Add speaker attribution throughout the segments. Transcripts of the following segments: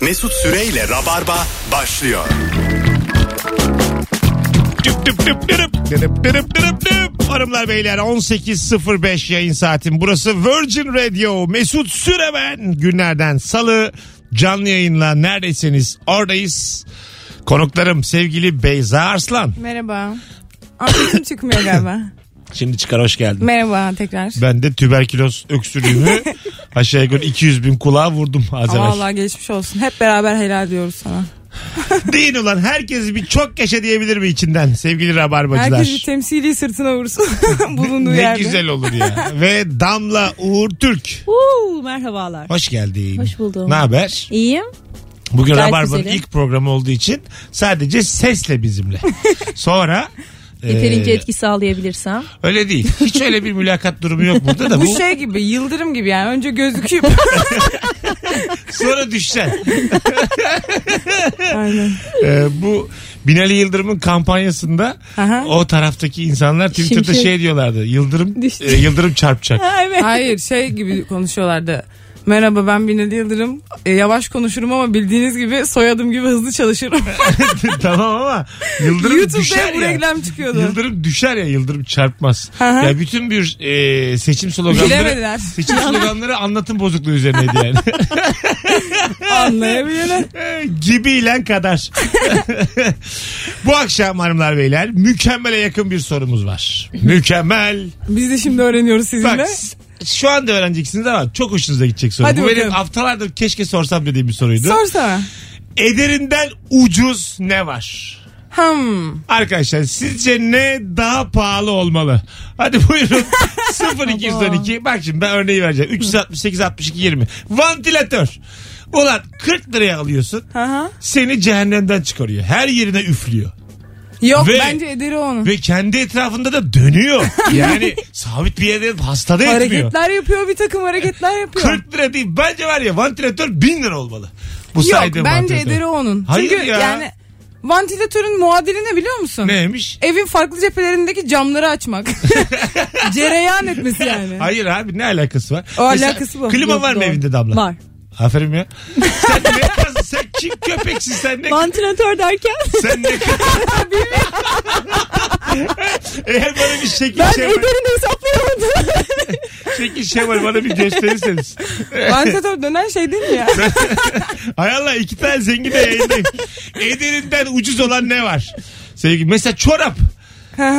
Speaker 1: Mesut Süreyle Rabarba başlıyor.
Speaker 2: Düp düp düp dürüp, dürüp dürüp dürüp düp. Hanımlar beyler 18.05 yayın saatim. Burası Virgin Radio. Mesut Süre ben. Günlerden salı canlı yayınla neredesiniz oradayız. Konuklarım sevgili Beyza Arslan.
Speaker 3: Merhaba. Anladım çıkmıyor galiba.
Speaker 2: Şimdi çıkar hoş geldin.
Speaker 3: Merhaba tekrar.
Speaker 2: Ben de tüberküloz öksürüğümü aşağı yukarı 200 bin kulağa vurdum az evvel.
Speaker 3: Allah geçmiş olsun. Hep beraber helal diyoruz sana.
Speaker 2: Değil ulan herkes bir çok yaşa diyebilir mi içinden sevgili rabarbacılar?
Speaker 3: Herkes bir temsili sırtına vursun bulunduğu
Speaker 2: ne
Speaker 3: yerde.
Speaker 2: güzel olur ya. Ve Damla Uğur Türk.
Speaker 4: Uuu merhabalar.
Speaker 2: Hoş geldin.
Speaker 4: Hoş buldum.
Speaker 2: Ne haber?
Speaker 4: İyiyim.
Speaker 2: Bugün
Speaker 4: Gayet
Speaker 2: Rabarba'nın
Speaker 4: güzelim.
Speaker 2: ilk programı olduğu için sadece sesle bizimle. Sonra e,
Speaker 4: Yeterince etki sağlayabilirsem.
Speaker 2: öyle değil. Hiç öyle bir mülakat durumu yok burada da.
Speaker 3: Bu
Speaker 2: Bu
Speaker 3: şey gibi yıldırım gibi yani önce gözüküyor.
Speaker 2: sonra düşsen.
Speaker 3: Aynen.
Speaker 2: E, bu Binali Yıldırım'ın kampanyasında
Speaker 3: Aha.
Speaker 2: o taraftaki insanlar Twitter'da
Speaker 4: Şimşek.
Speaker 2: şey diyorlardı. Yıldırım
Speaker 4: Düştü.
Speaker 2: e, Yıldırım çarpacak.
Speaker 4: evet.
Speaker 3: Hayır şey gibi konuşuyorlardı. Merhaba ben Binali Yıldırım. E, yavaş konuşurum ama bildiğiniz gibi soyadım gibi hızlı çalışırım.
Speaker 2: tamam ama Yıldırım
Speaker 3: YouTube'da
Speaker 2: düşer
Speaker 3: hep bu
Speaker 2: ya.
Speaker 3: reklam çıkıyordu.
Speaker 2: Yıldırım düşer ya Yıldırım çarpmaz.
Speaker 3: Aha.
Speaker 2: ya bütün bir e, seçim sloganları
Speaker 3: Bilemediler.
Speaker 2: seçim sloganları anlatım bozukluğu üzerineydi yani.
Speaker 3: Anlayabilen.
Speaker 2: Gibiyle kadar. Bu akşam hanımlar beyler mükemmele yakın bir sorumuz var. Mükemmel.
Speaker 3: Biz de şimdi öğreniyoruz
Speaker 2: Bak
Speaker 3: sizinle.
Speaker 2: s- şu anda öğreneceksiniz ama çok hoşunuza gidecek soru.
Speaker 3: Hadi
Speaker 2: Bu benim
Speaker 3: bakalım.
Speaker 2: haftalardır keşke sorsam dediğim bir soruydu.
Speaker 3: Sorsana.
Speaker 2: Ederinden ucuz ne var?
Speaker 3: Hmm.
Speaker 2: Arkadaşlar sizce ne daha pahalı olmalı? Hadi buyurun 0212 bak şimdi ben örneği vereceğim 368 62 20 vantilatör. Ulan 40 liraya alıyorsun
Speaker 3: Aha.
Speaker 2: seni cehennemden çıkarıyor her yerine üflüyor.
Speaker 3: Yok
Speaker 2: Ve-
Speaker 3: bence ederi onu.
Speaker 2: Ve kendi etrafında da dönüyor. Yani sabit bir yerde hastada etmiyor.
Speaker 3: Hareketler yapıyor bir takım hareketler yapıyor.
Speaker 2: 40 lira değil bence var ya vantilatör 1000 lira olmalı. Bu
Speaker 3: Yok
Speaker 2: saydığım
Speaker 3: bence
Speaker 2: vantilatör.
Speaker 3: ederi onun.
Speaker 2: Hayır
Speaker 3: Çünkü
Speaker 2: ya.
Speaker 3: yani vantilatörün muadili ne biliyor musun?
Speaker 2: Neymiş?
Speaker 3: Evin farklı cephelerindeki camları açmak. Cereyan etmesi yani.
Speaker 2: Hayır abi ne alakası var?
Speaker 3: O alakası bu.
Speaker 2: Klima
Speaker 3: Yok,
Speaker 2: var mı
Speaker 3: doğru.
Speaker 2: evinde Damla?
Speaker 4: Var.
Speaker 2: Aferin ya. Sen ne kaz- sen kim köpeksin sen ne
Speaker 4: Vantilatör derken
Speaker 2: sen ne Eğer bana bir şekil
Speaker 4: ben
Speaker 2: şemal,
Speaker 4: ederini hesaplayamadım.
Speaker 2: şekil şemal bana bir gösterirseniz.
Speaker 3: Vantilatör dönen şey değil mi ya?
Speaker 2: Hay Allah iki tane zengin de yayındayım. Ederinden ucuz olan ne var? Sevgili mesela çorap.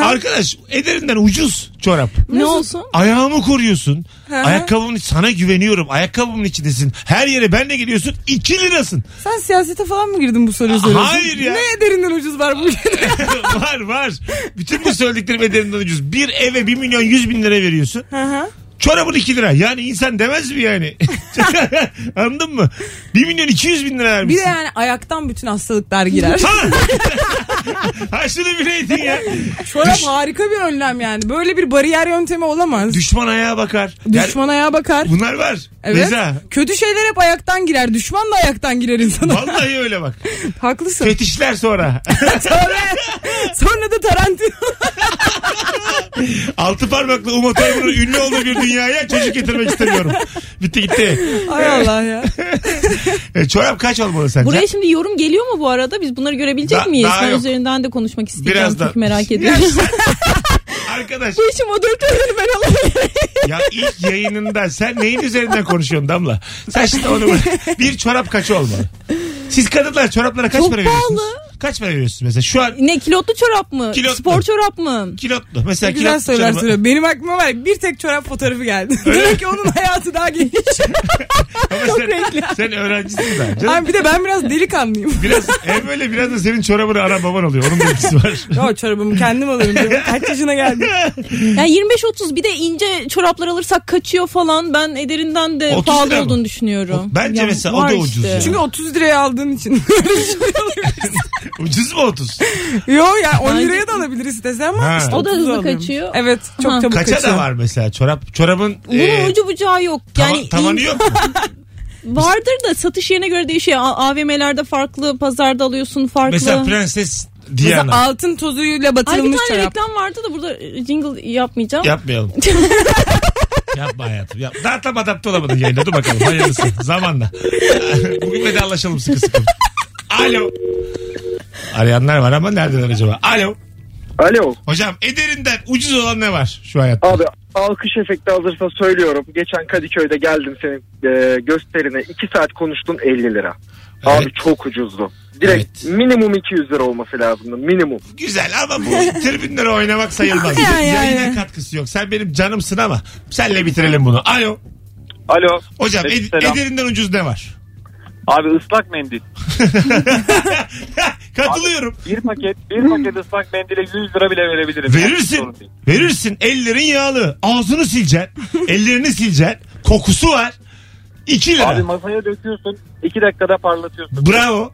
Speaker 2: Arkadaş ederinden ucuz çorap.
Speaker 4: ne olsun?
Speaker 2: Ayağımı koruyorsun. Ayakkabımın sana güveniyorum. Ayakkabımın içindesin. Her yere benle geliyorsun. 2 lirasın.
Speaker 3: Sen siyasete falan mı girdin bu soruyu soruyorsun?
Speaker 2: Hayır ya.
Speaker 3: Ne ederinden ucuz var bu ülkede?
Speaker 2: var var. Bütün bu söylediklerim ederinden ucuz. Bir eve 1 milyon 100 bin lira veriyorsun. Çorabın 2 lira. Yani insan demez mi yani? Anladın mı? 1 milyon 200 bin lira
Speaker 3: bir de
Speaker 2: vermişsin.
Speaker 3: yani ayaktan bütün hastalıklar girer.
Speaker 2: Ha! ha şunu bileydin ya.
Speaker 3: Çorap harika bir önlem yani. Böyle bir bariyer yöntemi olamaz.
Speaker 2: Düşman ayağa bakar. Yani
Speaker 3: Düşman ayağa bakar.
Speaker 2: bunlar var.
Speaker 3: Evet.
Speaker 2: Beyza,
Speaker 3: Kötü şeyler hep ayaktan girer. Düşman da ayaktan girer insana.
Speaker 2: Vallahi öyle bak.
Speaker 3: Haklısın.
Speaker 2: Fetişler sonra.
Speaker 3: Sonra, sonra da Tarantino.
Speaker 2: Altı parmaklı Uma Thurman'ın ünlü olduğu bir dünyaya çocuk getirmek istemiyorum. Bitti gitti.
Speaker 3: Ay Allah ya.
Speaker 2: E, çorap kaç olmalı sence?
Speaker 4: Buraya şimdi yorum geliyor mu bu arada? Biz bunları görebilecek
Speaker 2: Da-
Speaker 4: miyiz?
Speaker 2: daha
Speaker 4: ben
Speaker 2: yok.
Speaker 4: üzerinden de konuşmak isteyeceğim.
Speaker 2: Biraz da.
Speaker 4: Çok merak ediyorum.
Speaker 2: Arkadaş
Speaker 4: Bu işin moderatörünü ben alamıyorum.
Speaker 2: ya ilk yayınında sen neyin üzerinden konuşuyorsun Damla? Sen şimdi onu bırak. Bir çorap kaçı olmalı? Siz kadınlar çoraplara kaç
Speaker 4: Çok
Speaker 2: para veriyorsunuz?
Speaker 4: pahalı.
Speaker 2: Kaç para veriyorsunuz mesela? Şu an
Speaker 4: ne kilotlu çorap mı?
Speaker 2: Kilotlu.
Speaker 4: Spor çorap mı?
Speaker 2: kilotlu. Mesela
Speaker 3: Güzel
Speaker 2: kilotlu
Speaker 3: söyler
Speaker 2: çorabı-
Speaker 3: söylüyor. Benim aklıma var ya, bir tek çorap fotoğrafı geldi.
Speaker 2: Öyle
Speaker 3: Demek ki onun hayatı daha geniş.
Speaker 2: Ama sen, sen öğrencisin daha. Canım,
Speaker 3: Abi bir de ben biraz delikanlıyım.
Speaker 2: biraz hem böyle biraz da senin çorabını ara baban oluyor. Onun da etkisi var.
Speaker 3: Yo çorabımı kendim alırım diyorum. Kaç yaşına geldim.
Speaker 4: Yani 25-30 bir de ince çoraplar alırsak kaçıyor falan. Ben ederinden de
Speaker 2: 30
Speaker 4: pahalı
Speaker 2: lira mı?
Speaker 4: olduğunu düşünüyorum.
Speaker 2: Bence
Speaker 4: Ya
Speaker 2: mesela o
Speaker 4: var
Speaker 2: da ucuz ya.
Speaker 3: Çünkü 30 liraya aldığın için. şey
Speaker 2: Ucuz mu 30?
Speaker 3: Yo ya 10
Speaker 4: Bence-
Speaker 3: liraya da alabilir istesen
Speaker 2: Ha.
Speaker 3: ama işte
Speaker 4: O da
Speaker 3: 30
Speaker 4: hızlı
Speaker 3: alıyorum.
Speaker 4: kaçıyor.
Speaker 3: Evet çok
Speaker 4: Ha.
Speaker 3: çabuk
Speaker 2: Kaça
Speaker 3: kaçıyor.
Speaker 2: da var mesela çorap? Çorabın
Speaker 4: Bunun
Speaker 2: e,
Speaker 4: ucu bucağı yok.
Speaker 2: tava-
Speaker 4: Yani
Speaker 2: tavanı
Speaker 4: in-
Speaker 2: yok mu?
Speaker 4: Vardır da satış yerine göre değişiyor. A- AVM'lerde farklı, pazarda alıyorsun farklı.
Speaker 2: mesela Prenses
Speaker 3: Mesela
Speaker 2: Diana.
Speaker 3: altın tozuyla
Speaker 4: Ay bir
Speaker 3: batırılmış
Speaker 4: tane
Speaker 3: çorap.
Speaker 4: reklam vardı da burada e, jingle yapmayacağım.
Speaker 2: Yapmayalım. yapma hayatım. Yap. Daha tam adapte olamadın yayına. Dur bakalım hayırlısı. Zamanla. Bugün vedalaşalım sıkı sıkı. Alo. Arayanlar var ama neredeler acaba? Alo.
Speaker 5: Alo.
Speaker 2: Hocam ederinden ucuz olan ne var şu hayatta?
Speaker 5: Abi alkış efekti hazırsa söylüyorum. Geçen Kadıköy'de geldim senin e, gösterine. 2 saat konuştun 50 lira. Abi
Speaker 2: Evet.
Speaker 5: çok ucuzdu. Direkt
Speaker 2: Evet.
Speaker 5: minimum 200 lira olması lazımdı. Minimum.
Speaker 2: Güzel ama bu tribünlere oynamak sayılmaz.
Speaker 3: Ya, ya,
Speaker 2: Yayına
Speaker 3: ya.
Speaker 2: katkısı yok. Sen benim canımsın ama senle bitirelim bunu. Alo.
Speaker 6: Alo.
Speaker 2: Hocam
Speaker 6: Peki,
Speaker 2: ed-
Speaker 6: selam.
Speaker 2: ederinden ucuz ne var?
Speaker 6: Abi ıslak mendil.
Speaker 2: Katılıyorum.
Speaker 6: Bir paket, bir
Speaker 2: Hmm.
Speaker 6: paket ıslak mendile 100 lira bile verebilirim. Sorun
Speaker 2: Verirsin.
Speaker 6: değil.
Speaker 2: Verirsin. Ellerin yağlı. Ağzını sileceksin. ellerini sileceksin. Kokusu var. 2 lira.
Speaker 6: Abi masaya döküyorsun. 2 dakikada parlatıyorsun.
Speaker 2: Bravo.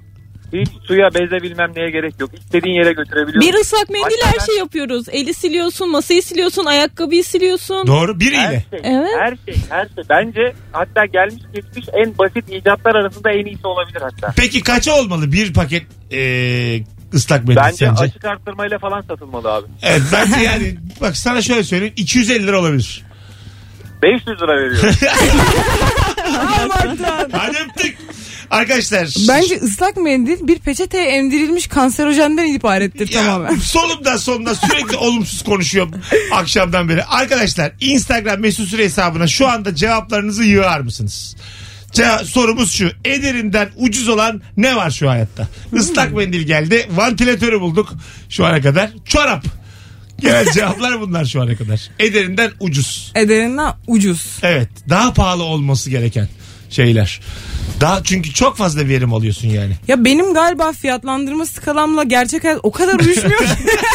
Speaker 6: Hiç suya beze bilmem neye gerek yok. İstediğin yere götürebiliyorsun.
Speaker 4: Bir ıslak mendil her
Speaker 6: Hakikaten-
Speaker 4: şey yapıyoruz. Eli siliyorsun, masayı siliyorsun, ayakkabıyı siliyorsun.
Speaker 2: Doğru. Bir
Speaker 6: Her
Speaker 2: iğne.
Speaker 6: şey,
Speaker 4: Evet.
Speaker 6: her şey, her şey. Bence hatta gelmiş geçmiş en basit icatlar arasında en iyisi olabilir hatta.
Speaker 2: Peki kaça olmalı bir paket eee, ıslak mendil
Speaker 6: Bence
Speaker 2: sence?
Speaker 6: açık arttırmayla falan satılmalı abi.
Speaker 2: Evet bence yani bak sana şöyle söyleyeyim 250 lira olabilir.
Speaker 6: 500 lira veriyorum.
Speaker 2: Hadi öptük. Arkadaşlar.
Speaker 3: Bence ıslak mendil bir peçeteye emdirilmiş kanserojenden ibarettir
Speaker 2: Ya,
Speaker 3: tamamen.
Speaker 2: Solumdan solumdan sürekli olumsuz konuşuyorum akşamdan beri. Arkadaşlar Instagram mesut süre hesabına şu anda cevaplarınızı yığar mısınız? Ce- sorumuz şu. Ederinden ucuz olan ne var şu hayatta? Islak mendil geldi. Vantilatörü bulduk şu ana kadar. Çorap. Genel cevaplar bunlar şu ana kadar. Ederinden ucuz.
Speaker 3: Ederinden ucuz.
Speaker 2: Evet. Daha pahalı olması gereken şeyler. Daha çünkü çok fazla verim alıyorsun yani.
Speaker 3: Ya benim galiba fiyatlandırma skalamla gerçek hayat o kadar uyuşmuyor ki.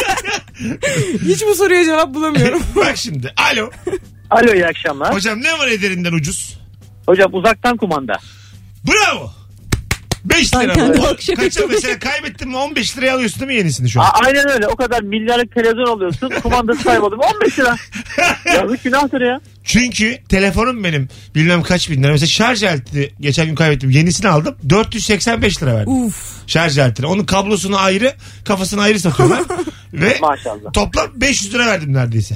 Speaker 3: Hiç bu soruya cevap bulamıyorum.
Speaker 2: Bak şimdi. Alo.
Speaker 6: Alo iyi akşamlar.
Speaker 2: Hocam ne var ederinden ucuz?
Speaker 6: Hocam uzaktan kumanda.
Speaker 2: Bravo. 5
Speaker 4: Ben
Speaker 2: lira.
Speaker 4: kendim
Speaker 2: mı?
Speaker 4: alkışa
Speaker 2: Kaça
Speaker 4: kaçırdım.
Speaker 2: mesela kaybettin mi 15 liraya alıyorsun değil mi yenisini şu an?
Speaker 6: aynen öyle. O kadar milyarlık televizyon alıyorsun. Kumandası kayboldu. 15 lira. Yazık günahtır ya.
Speaker 2: Çünkü telefonum benim bilmem kaç bin lira. Mesela şarj aleti geçen gün kaybettim. Yenisini aldım. 485 lira verdim.
Speaker 3: Uf.
Speaker 2: Şarj aletini. Onun kablosunu ayrı, kafasını ayrı satıyorlar. Ve
Speaker 6: Maşallah.
Speaker 2: toplam 500 lira verdim neredeyse.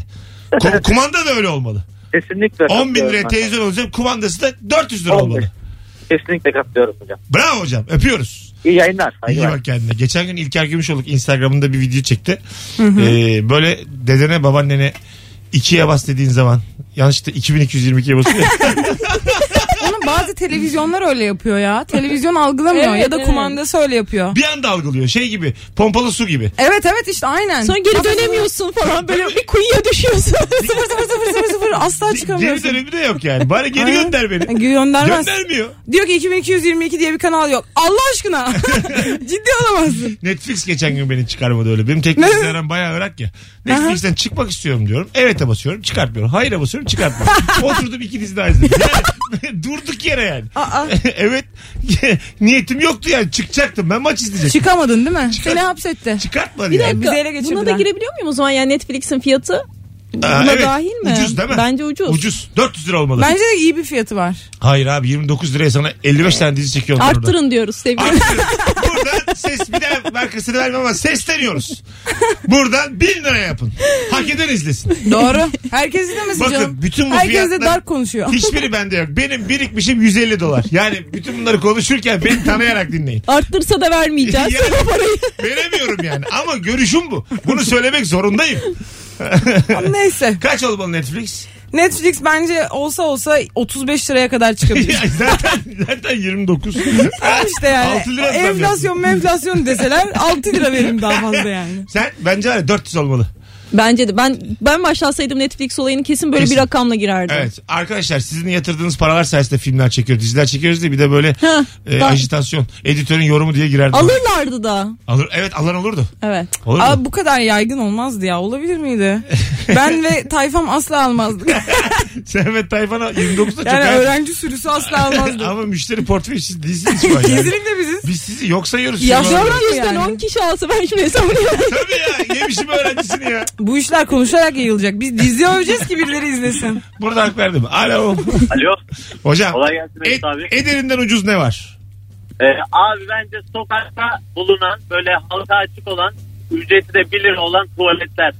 Speaker 2: Ku- kumanda da öyle olmalı.
Speaker 6: Kesinlikle.
Speaker 2: 10 bin
Speaker 6: katılıyorum
Speaker 2: liraya
Speaker 6: ben.
Speaker 2: televizyon olacak. Kumandası da 400 lira
Speaker 6: 15.
Speaker 2: olmalı.
Speaker 6: Kesinlikle katılıyorum hocam.
Speaker 2: Bravo hocam. Öpüyoruz.
Speaker 6: İyi yayınlar.
Speaker 2: İyi
Speaker 6: Saygılar.
Speaker 2: bak kendine. Geçen gün İlker Gümüşoluk Instagram'ında bir video çekti. Ee, böyle dedene babaannene ikiye bas dediğin zaman yanlışlıkla 2222'ye basıyor.
Speaker 3: Onun bazı televizyonlar öyle yapıyor ya. Televizyon algılamıyor
Speaker 4: Evet,
Speaker 3: ya da
Speaker 4: evet.
Speaker 3: kumandası öyle yapıyor.
Speaker 2: bir anda algılıyor. Şey gibi pompalı su gibi.
Speaker 3: Evet evet işte aynen.
Speaker 4: Sonra geri dönemiyorsun falan böyle bir kuyuya düşüyorsun.
Speaker 3: Sıfır sıfır sıfır sıfır sıfır asla
Speaker 2: Geri
Speaker 3: çıkamıyorsun.
Speaker 2: dönemi de yok yani. Bari geri
Speaker 3: Aynen.
Speaker 2: gönder beni.
Speaker 3: Göndermez.
Speaker 2: Göndermiyor.
Speaker 3: Diyor ki 2222 diye bir kanal yok. Allah aşkına. Ciddi olamazsın.
Speaker 2: Netflix geçen gün beni çıkarmadı öyle. Benim teknik aram bayağı örak ya. Netflix'ten çıkmak istiyorum diyorum. Evet'e basıyorum çıkartmıyorum. Hayır'a basıyorum çıkartmıyorum. Oturdum iki dizi daha izledim. Yani durduk yere yani.
Speaker 3: Aa.
Speaker 2: evet. Niyetim yoktu yani. Çıkacaktım ben maç izleyecektim.
Speaker 3: Çıkamadın değil mi?
Speaker 2: Çıkar-
Speaker 3: Seni hapsetti.
Speaker 2: Çıkartmadı
Speaker 4: Bir
Speaker 2: yani.
Speaker 4: dakika.
Speaker 3: Bizi ele geçirdiler.
Speaker 4: Buna da girebiliyor muyum o zaman yani Netflix'in fiyatı?
Speaker 2: Aa,
Speaker 4: Buna dahil mi?
Speaker 2: Ucuz değil mi?
Speaker 4: Bence ucuz.
Speaker 2: Ucuz. 400 lira olmalı.
Speaker 3: Bence de iyi bir fiyatı var.
Speaker 2: Hayır abi 29 liraya sana 55 tane dizi çekiyorlar orada.
Speaker 4: Arttırın diyoruz sevgili.
Speaker 2: Arttırın. Buradan ses bir daha markasını vermem ama sesleniyoruz. Buradan 1000 lira yapın. Hak eden izlesin.
Speaker 3: Doğru. Herkes izlemesin
Speaker 2: Bakın,
Speaker 3: canım.
Speaker 2: bütün bu
Speaker 3: Herkes de
Speaker 2: fiyatlar-
Speaker 3: dark konuşuyor.
Speaker 2: Hiçbiri bende yok. Benim birikmişim 150 dolar. Yani bütün bunları konuşurken beni tanıyarak dinleyin.
Speaker 4: Arttırsa da vermeyeceğiz
Speaker 2: Yani-
Speaker 4: o parayı.
Speaker 2: Veremiyorum yani ama görüşüm bu. Bunu söylemek zorundayım.
Speaker 3: Neyse.
Speaker 2: Kaç olmalı Netflix?
Speaker 3: Netflix bence olsa olsa 35 liraya kadar çıkabilir.
Speaker 2: Ya zaten, zaten 29.
Speaker 3: işte yani.
Speaker 2: Altı lira zam
Speaker 3: enflasyon enflasyon deseler 6 lira verim daha fazla yani.
Speaker 2: Sen bence var ya 400 olmalı.
Speaker 4: Bence de ben ben başlasaydım Netflix olayını kesin böyle
Speaker 2: Kesin.
Speaker 4: bir rakamla girerdim.
Speaker 2: Evet arkadaşlar sizin yatırdığınız paralar sayesinde filmler çekiyoruz diziler çekiyoruz diye bir de böyle
Speaker 4: Heh,
Speaker 2: e,
Speaker 4: da-
Speaker 2: ajitasyon editörün yorumu diye girerdi.
Speaker 4: Alırlardı da.
Speaker 2: Alır- evet alan olurdu.
Speaker 4: Evet.
Speaker 2: Olur mu?
Speaker 3: Aa, bu kadar yaygın olmazdı ya. Olabilir miydi? Ben ve tayfam asla almazdık.
Speaker 2: Servet Tayfan'a 29'da çok
Speaker 3: Yani
Speaker 2: hayal-
Speaker 3: öğrenci sürüsü asla almazdı.
Speaker 2: Ama müşteri portföyü siz değilsiniz şu an yani.
Speaker 3: Kesinlikle biziz.
Speaker 2: Biz sizi yok sayıyoruz.
Speaker 3: Ya
Speaker 2: şu an.
Speaker 3: sonra-
Speaker 4: Yüzden
Speaker 3: Yani.
Speaker 4: 10 kişi alsa ben şimdi hesabını
Speaker 2: Tabii ya yemişim öğrencisini ya.
Speaker 3: Bu işler konuşarak yayılacak. Biz dizi öveceğiz ki birileri izlesin.
Speaker 2: Burada hak verdim. Alo.
Speaker 6: Alo.
Speaker 2: Hocam
Speaker 6: Kolay gelsin Mesut
Speaker 2: ed-
Speaker 6: abi.
Speaker 2: ederinden ucuz ne var?
Speaker 6: Ee, abi bence sokakta bulunan böyle halka açık olan ücreti de 1 lira olan tuvaletler.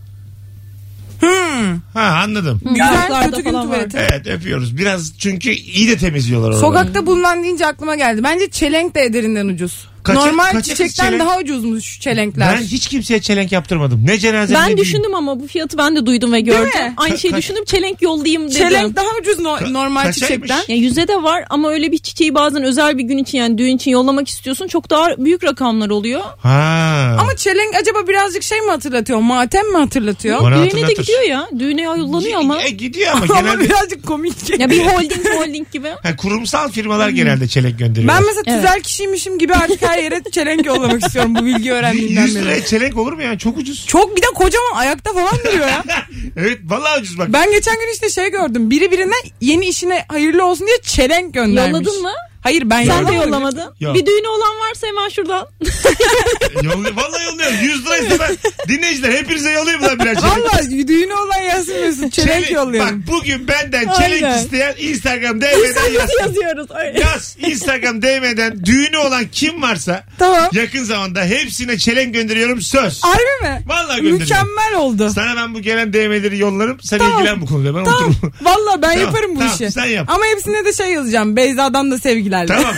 Speaker 2: Hmm. Ha anladım.
Speaker 3: Güzel
Speaker 4: Yaslarda
Speaker 3: kötü gün
Speaker 4: falan var.
Speaker 3: tuvaleti.
Speaker 2: Evet öpüyoruz. Biraz çünkü iyi de temizliyorlar orada.
Speaker 3: Sokakta bulunan deyince aklıma geldi. Bence çelenk de ederinden ucuz.
Speaker 2: Kaça-
Speaker 3: Normal
Speaker 2: kaça kız
Speaker 3: çiçekten
Speaker 2: çelenk?
Speaker 3: daha ucuzmuş çelenkler.
Speaker 2: Ben hiç kimseye çelenk yaptırmadım. Ne cenaze ne
Speaker 4: Ben
Speaker 2: düğün.
Speaker 4: düşündüm ama bu fiyatı ben de duydum ve gördüm.
Speaker 3: mi?
Speaker 4: Aynı şeyi düşündüm çelenk yollayayım dedim.
Speaker 3: çelenk daha ucuz no- normal
Speaker 2: kaçaymış?
Speaker 3: çiçekten.
Speaker 4: Ya yüze de var ama öyle bir çiçeği bazen özel bir gün için yani düğün için yollamak istiyorsun. Çok daha büyük rakamlar oluyor.
Speaker 2: Ha.
Speaker 3: Ama çelenk acaba birazcık şey mi hatırlatıyor? Matem mi hatırlatıyor?
Speaker 2: Bana
Speaker 4: Düğüne de
Speaker 2: hatırlatır.
Speaker 4: gidiyor ya. Düğüne yollanıyor ama.
Speaker 2: E, gidiyor ama
Speaker 3: Ama
Speaker 2: genelde.
Speaker 3: birazcık komik.
Speaker 4: Ya bir holding holding gibi.
Speaker 2: Ha, kurumsal firmalar genelde çelenk gönderiyor.
Speaker 3: Hmm. Ben mesela
Speaker 4: Evet.
Speaker 3: tüzel kişiymişim gibi artık her yere çelenk yollamak istiyorum bu bilgi
Speaker 2: 100
Speaker 3: öğrendiğimden beri.
Speaker 2: liraya çelenk olur mu ya? Çok ucuz.
Speaker 3: Çok bir de kocaman ayakta falan duruyor ya.
Speaker 2: Evet vallahi ucuz bak.
Speaker 3: Ben geçen gün işte şey gördüm. Biri birine yeni işine hayırlı olsun diye çelenk göndermiş.
Speaker 4: Yolladın mı?
Speaker 3: Hayır ben
Speaker 4: Sen de
Speaker 3: yollamadım.
Speaker 4: yollamadın.
Speaker 2: Yok.
Speaker 4: Bir düğünü olan varsa hemen şuradan.
Speaker 2: Yolluyor. Vallahi yolluyorum. 100 liraysa ben dinleyiciler hepinize yollayayım lan birer çelenk.
Speaker 3: Valla düğünü olan yazsın Mesut. Çelenk yolluyorum.
Speaker 2: Bak bugün benden çelenk
Speaker 4: Aynen.
Speaker 2: isteyen Instagram DM'den yaz.
Speaker 4: yazıyoruz öyle.
Speaker 2: Yaz Instagram DM'den düğünü olan kim varsa
Speaker 3: Tamam.
Speaker 2: yakın zamanda hepsine çelenk gönderiyorum söz.
Speaker 3: Harbi mi?
Speaker 2: Vallahi gönderiyorum.
Speaker 3: Mükemmel oldu.
Speaker 2: Sana ben bu gelen DM'leri yollarım. Sen
Speaker 3: Tamam.
Speaker 2: ilgilen bu konuyla. Ben
Speaker 3: Tamam.
Speaker 2: otururum.
Speaker 3: Valla ben
Speaker 2: Tamam,
Speaker 3: yaparım bu
Speaker 2: tamam,
Speaker 3: işi.
Speaker 2: sen yap.
Speaker 3: Ama hepsine de şey yazacağım. Beyza'dan da sevgilerle.
Speaker 2: Tamam.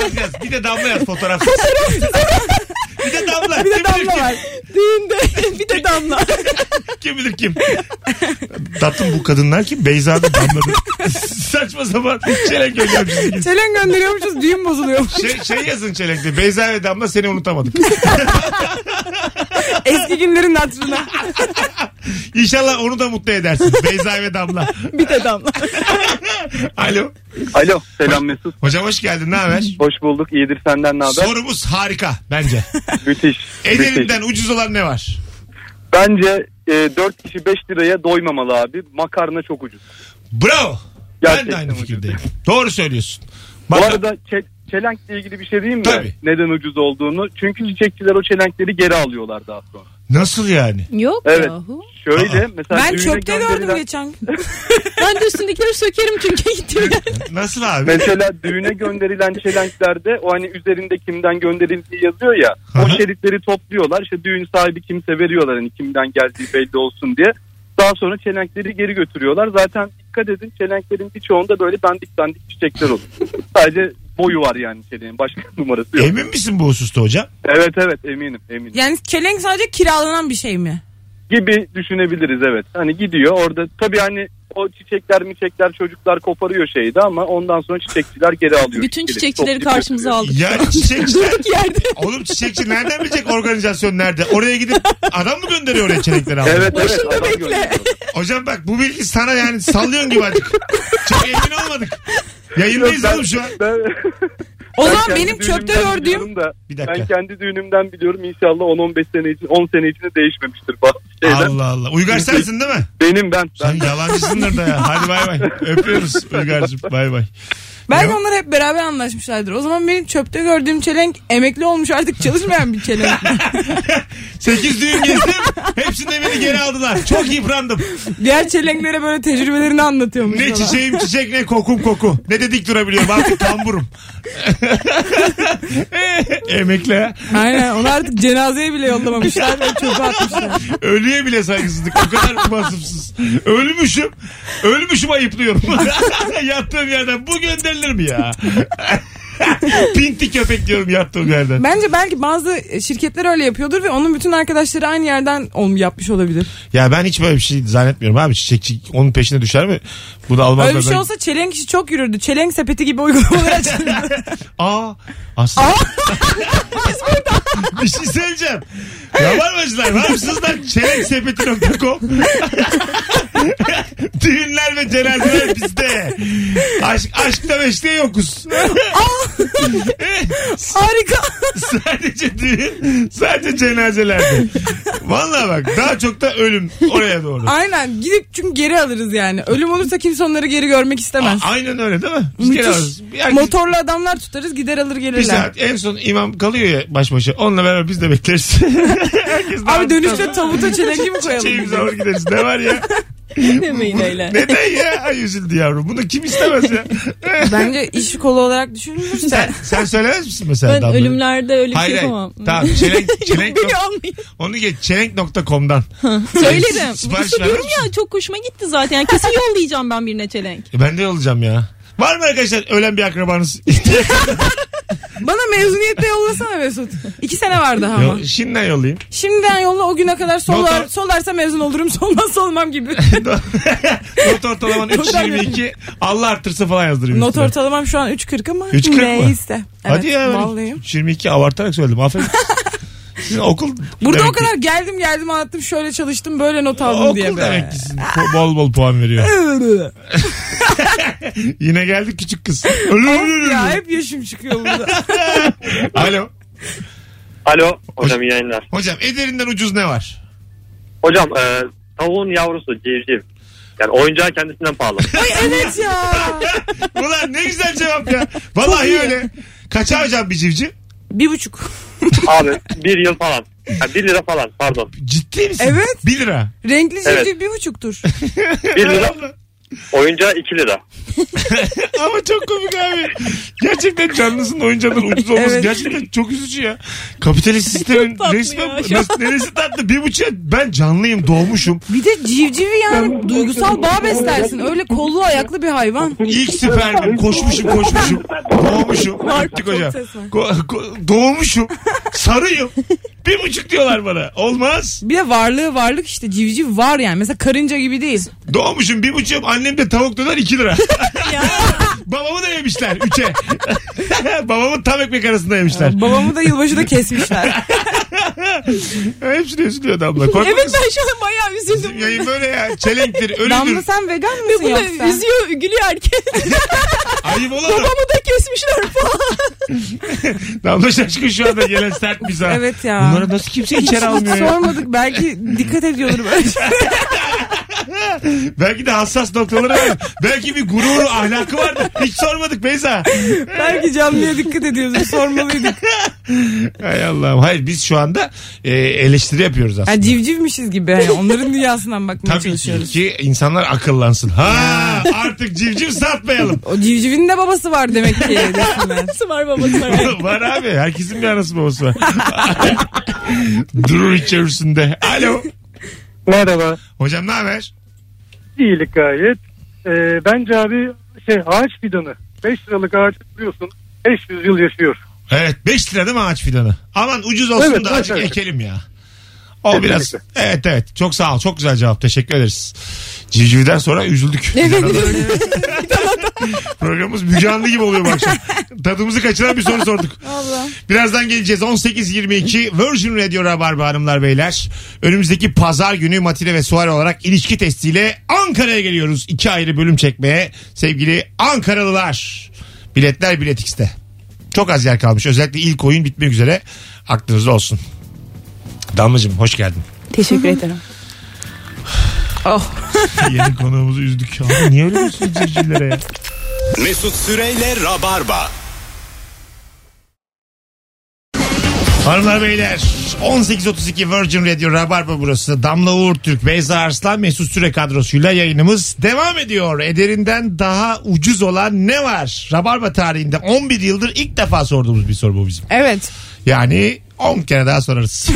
Speaker 2: yaz yaz. Bir de damla yaz fotoğraf. bir de damla.
Speaker 3: Bir
Speaker 2: kim
Speaker 3: de
Speaker 2: bilir
Speaker 3: damla
Speaker 2: kim?
Speaker 3: var. Düğünde bir de damla.
Speaker 2: Kim bilir kim? Tatlım bu kadınlar kim? Beyza'nın damladı. Saçma sapan çelenk göndermişsiniz.
Speaker 3: Çelen gönderiyormuşuz düğün bozuluyor.
Speaker 2: Şey, şey yazın çelenkte. Beyza ve Damla seni unutamadık.
Speaker 3: Eski günlerin hatırına.
Speaker 2: İnşallah onu da mutlu edersin. Beyza ve Damla.
Speaker 3: Bir de damla.
Speaker 2: Alo.
Speaker 5: Alo selam Mesut.
Speaker 2: Hocam hoş geldin. Ne haber?
Speaker 5: Hoş bulduk iyidir senden ne haber?
Speaker 2: Sorumuz harika bence.
Speaker 5: Müthiş. müthiş.
Speaker 2: Ederinden ucuz olan ne var?
Speaker 5: Bence e, 4 kişi 5 liraya doymamalı abi. Makarna çok ucuz.
Speaker 2: Bravo. ben de
Speaker 5: Gerçekten
Speaker 2: aynı
Speaker 5: ucuz.
Speaker 2: fikirdeyim. Doğru söylüyorsun.
Speaker 5: Bu
Speaker 2: Bak-
Speaker 5: arada çe- çelenkle ilgili bir şey diyeyim mi?
Speaker 2: Tabii.
Speaker 5: Neden ucuz olduğunu. Çünkü çiçekçiler o çelenkleri geri alıyorlar daha sonra.
Speaker 2: Nasıl yani?
Speaker 4: Yok
Speaker 5: Evet.
Speaker 4: yahu.
Speaker 5: Şöyle
Speaker 2: Aa.
Speaker 5: mesela
Speaker 3: Ben
Speaker 5: düğüne
Speaker 3: çöpte gördüm
Speaker 5: gönderilen-
Speaker 3: geçen.
Speaker 4: Ben de üstündekileri sökerim çünkü gittim.
Speaker 2: Nasıl abi?
Speaker 5: Mesela düğüne gönderilen çelenklerde o hani üzerinde kimden gönderildiği yazıyor ya.
Speaker 2: Hı
Speaker 5: O
Speaker 2: hı.
Speaker 5: şeritleri topluyorlar. İşte düğün sahibi kimse veriyorlar hani kimden geldiği belli olsun diye. Daha sonra çelenkleri geri götürüyorlar. Zaten dikkat edin çelenklerin birçoğunda böyle dandik dandik çiçekler olur. Sadece boyu var yani çeleğin. Başka numarası yok.
Speaker 2: Emin misin bu hususta hocam?
Speaker 5: Evet evet eminim eminim.
Speaker 3: Yani çelenk sadece kiralanan bir şey mi?
Speaker 5: Gibi düşünebiliriz evet. Hani gidiyor orada tabii hani o çiçekler miçekler çocuklar koparıyor şeydi ama ondan sonra çiçekçiler geri alıyor.
Speaker 4: Bütün
Speaker 5: Çiçekleri
Speaker 4: çiçekçileri
Speaker 5: toplayıp
Speaker 4: karşımıza
Speaker 5: götürüyor.
Speaker 4: aldık.
Speaker 2: Yani çiçekçiler...
Speaker 4: Durduk yerde.
Speaker 2: Oğlum çiçekçi nereden bilecek organizasyon nerede? Oraya gidip adam mı gönderiyor oraya çelenekleri almaya?
Speaker 5: Evet evet.
Speaker 4: Başında
Speaker 5: adam
Speaker 4: bekle.
Speaker 5: gönderiyor.
Speaker 2: Hocam bak bu bilgi sana yani sallıyorsun gibi artık. Çok emin olmadık. Yayındayız
Speaker 5: Ben-
Speaker 2: oğlum şu an.
Speaker 5: ben-
Speaker 3: O
Speaker 5: ben
Speaker 3: zaman
Speaker 5: kendi
Speaker 3: benim çöpte
Speaker 5: düğünümden
Speaker 3: gördüğüm
Speaker 5: biliyorum da,
Speaker 2: Bir dakika.
Speaker 5: Ben kendi düğünümden biliyorum inşallah 10-15 sene için 10 sene içinde değişmemiştir bazı şeyler.
Speaker 2: Allah Allah. Uygar sensin değil mi?
Speaker 5: Benim ben.
Speaker 2: Sen
Speaker 5: ben
Speaker 2: yalancısındır da ya. Hadi bay bay. Öpüyoruz Uygar'cığım. Bay bay.
Speaker 3: Belki
Speaker 2: Yok.
Speaker 3: onlar hep beraber anlaşmışlardır. O zaman benim çöpte gördüğüm çelenk emekli olmuş artık çalışmayan bir çelenk.
Speaker 2: 8 düğün gezdim. Hepsinde beni geri aldılar. Çok yıprandım.
Speaker 3: Diğer çelenklere böyle tecrübelerini anlatıyormuş.
Speaker 2: Ne
Speaker 3: falan.
Speaker 2: çiçeğim çiçek ne kokum koku. Ne de dik durabiliyorum artık kamburum. Emekli ha.
Speaker 3: Aynen onu artık cenazeye bile yollamamışlar ve çöpe atmışlar.
Speaker 2: Ölüye bile saygısızlık. O kadar vasıfsız. Ölmüşüm. Ölmüşüm ayıplıyorum. yattığım yerden. Bu gönderilir mi ya? Pinti köpek diyorum yattığım yerden.
Speaker 3: Bence belki bazı şirketler öyle yapıyordur ve onun bütün arkadaşları aynı yerden onu yapmış olabilir.
Speaker 2: Ya ben hiç böyle bir şey zannetmiyorum abi. Çiçekçi onun peşine düşer mi? Bu da almaz.
Speaker 3: Öyle bir şey olsa çelenk işi çok yürürdü. Çelenk sepeti gibi uygulamalar açıldı.
Speaker 2: Aa aslında. bir şey söyleyeceğim. Rabarbacılar varsızlar çelenksepeti.com Düğünler ve cenazeler bizde. Aşk, aşkta beşte yokuz.
Speaker 3: Harika.
Speaker 2: sadece düğün, sadece cenazelerde. Vallahi bak daha çok da ölüm oraya doğru.
Speaker 3: Aynen gidip çünkü geri alırız yani. Ölüm olursa kimse onları geri görmek istemez.
Speaker 2: A- Aynen öyle değil mi? Biz
Speaker 3: Müthiş.
Speaker 2: gene alırız. Bir- herkes-
Speaker 3: Motorlu adamlar tutarız gider alır
Speaker 2: Bir
Speaker 3: gelirler.
Speaker 2: saat en son imam kalıyor ya baş başa. Onunla beraber biz de bekleriz. Herkes
Speaker 3: Abi
Speaker 2: dağıldıktan
Speaker 3: dönüşte
Speaker 2: sonra
Speaker 3: tavuta çelengi mi koyalım?
Speaker 2: Çiçeğimizi alır gideriz. Ne var ya?
Speaker 4: Demeyin öyle.
Speaker 2: Neden ya? Ay üzüldü yavrum. Bunu kim istemez ya?
Speaker 3: Bence iş kolu olarak düşünülürse.
Speaker 2: sen, sen söylemez misin mesela?
Speaker 4: Ben
Speaker 2: damla?
Speaker 4: ölümlerde öyle bir
Speaker 2: Hayır
Speaker 4: şey
Speaker 2: hayır.
Speaker 4: yapamam.
Speaker 2: Tamam. Çelenk, çelenk,
Speaker 4: Biliyor muyum?
Speaker 2: onu geç. Çelenk.com'dan.
Speaker 4: Söyledim.
Speaker 2: Ee, Sipariş
Speaker 4: Bu şey diyorum
Speaker 2: vermiş
Speaker 4: ya çok hoşuma gitti zaten. Yani kesin yollayacağım ben birine çelenk.
Speaker 2: E, ben de olacağım ya. Var mı arkadaşlar ölen bir akrabanız?
Speaker 3: Bana mezuniyette yollasana Mesut. İki sene var daha ama.
Speaker 2: Yo- Şimdiden yollayayım.
Speaker 3: Şimdiden yolla o güne kadar solar,
Speaker 2: Nota-
Speaker 3: solarsa mezun olurum solmazsa olmam gibi.
Speaker 2: Not ortalaman 3.22. Allah artırsa falan yazdırayım.
Speaker 3: Not
Speaker 2: üstüne.
Speaker 3: ortalamam şu an 3.40 ama
Speaker 2: 3.40 mı?
Speaker 3: neyse. Evet,
Speaker 2: Hadi ya.
Speaker 3: Vallahi.
Speaker 2: 22 abartarak söyledim. Aferin. Sizin okul
Speaker 3: Burada
Speaker 2: demek
Speaker 3: o kadar geldim geldim anlattım şöyle çalıştım böyle not
Speaker 2: Ki,
Speaker 3: aldım
Speaker 2: okul
Speaker 3: diye. be.
Speaker 2: demek ki sizin po- bol bol puan veriyor. Yine geldik küçük kız. Ölü ölü ölü.
Speaker 3: ya hep yaşım çıkıyor burada.
Speaker 2: Alo.
Speaker 7: Alo hocam iyi yayınlar.
Speaker 2: Hocam Eder'inden ucuz ne var?
Speaker 7: Hocam e, tavuğun yavrusu civciv. Yani oyuncağı kendisinden pahalı.
Speaker 3: evet ya.
Speaker 2: Ulan ne güzel cevap ya. Vallahi öyle. Kaça hocam bir civciv?
Speaker 3: Bir buçuk.
Speaker 7: Abi bir yıl falan. Yani bir lira falan pardon.
Speaker 2: Ciddi misin?
Speaker 3: Evet.
Speaker 2: 1 lira.
Speaker 3: Renkli civciv
Speaker 7: Evet.
Speaker 3: bir buçuktur.
Speaker 7: Bir lira oyuncağı iki lira.
Speaker 2: Ama çok komik abi. Gerçekten canlısının oyuncağından ucuz olması
Speaker 3: Evet.
Speaker 2: gerçekten çok üzücü ya. Kapitalist sistemin
Speaker 4: Çok tatlı
Speaker 2: resmen
Speaker 4: ya şu an.
Speaker 2: Nasıl- neresi tatlı? Bir buçuğa ben canlıyım doğmuşum.
Speaker 3: Bir de civcivi yani duygusal bağ beslersin. Öyle kollu ayaklı bir hayvan.
Speaker 2: İlk süperdim. Koşmuşum koşmuşum. Doğmuşum. Artık
Speaker 3: çok
Speaker 2: hocam.
Speaker 3: ses var.
Speaker 2: Ko- ko- doğmuşum. Sarıyım. Bir buçuk diyorlar bana. Olmaz.
Speaker 3: Bir de varlığı varlık işte civciv var yani. Mesela karınca gibi değil.
Speaker 2: Doğmuşum bir buçuğum. Annem de tavuk döner iki lira. Babamı da yemişler üçe. Babamın tam ekmek arasında yemişler.
Speaker 3: Babamı da yılbaşında kesmişler.
Speaker 2: Hepsini üzülüyor damla. Korkma
Speaker 4: Evet
Speaker 2: kız.
Speaker 4: ben şu an bayağı üzüldüm.
Speaker 2: Bizim yayın böyle ya. Çelenktir,
Speaker 3: Damla
Speaker 2: ölüdür.
Speaker 3: sen vegan
Speaker 4: Ve
Speaker 3: mısın
Speaker 4: bu da
Speaker 3: yoksa?
Speaker 4: üzüyor, gülüyor erkek.
Speaker 2: Ayıp olan
Speaker 4: Babamı
Speaker 2: da.
Speaker 4: da kesmişler falan.
Speaker 2: Damla şaşkın şu anda gelen sert bir zar.
Speaker 3: Evet ya.
Speaker 2: Bunları nasıl kimse içeri almıyor ya.
Speaker 3: Sormadık belki dikkat ediyordur böyle.
Speaker 2: Belki de hassas noktaları var. Belki bir gururu, ahlakı vardı. Hiç sormadık Beyza.
Speaker 3: belki canlıya dikkat ediyoruz. Sormalıydık.
Speaker 2: Hay Allah'ım. Hayır biz şu anda e, eleştiri yapıyoruz aslında.
Speaker 3: Yani civcivmişiz gibi. Yani onların dünyasından bakmaya
Speaker 2: Tabii ki,
Speaker 3: çalışıyoruz.
Speaker 2: ki insanlar akıllansın. Ha artık civciv satmayalım.
Speaker 3: O civcivin de babası var demek ki. resmen.
Speaker 4: Babası var babası var.
Speaker 2: var abi. Herkesin bir anası babası var. Durur içerisinde. Alo.
Speaker 8: Merhaba.
Speaker 2: Hocam ne haber?
Speaker 8: İyilik gayet. Ee, bence abi şey ağaç fidanı. 5 liralık ağaç biliyorsun 500 yıl yaşıyor.
Speaker 2: Evet 5 lira değil mi ağaç fidanı? Aman ucuz olsun
Speaker 8: Evet,
Speaker 2: da
Speaker 8: evet,
Speaker 2: azıcık
Speaker 8: evet.
Speaker 2: ekelim ya. O biraz.
Speaker 8: Kesinlikle.
Speaker 2: Evet evet. Çok sağ ol. Çok güzel cevap. Teşekkür ederiz. Civcivden sonra üzüldük. Programımız Müge Anlı gibi oluyor bu akşam. Tadımızı kaçıran bir soru sorduk. Birazdan geleceğiz. 18.22 Virgin Radio Rabarba Hanımlar Beyler. Önümüzdeki pazar günü Matile ve Suare olarak ilişki testiyle Ankara'ya geliyoruz. İki ayrı bölüm çekmeye sevgili Ankaralılar. Biletler Bilet X'te. Çok az yer kalmış. Özellikle ilk oyun bitmek üzere. Aklınızda olsun. Damlacığım hoş geldin.
Speaker 4: Teşekkür ederim.
Speaker 3: oh.
Speaker 2: Yeni konuğumuzu üzdük. Abi niye öyle diyorsun civcivlere ya?
Speaker 1: Mesut Süreyle Rabarba.
Speaker 2: Hanımlar beyler 18.32 Virgin Radio Rabarba burası. Damla Uğur Türk, Beyza Arslan, Mesut Süre kadrosuyla yayınımız devam ediyor. Ederinden daha ucuz olan ne var? Rabarba tarihinde 11 yıldır ilk defa sorduğumuz bir soru bu bizim.
Speaker 3: Evet.
Speaker 2: Yani 10 kere daha sorarız.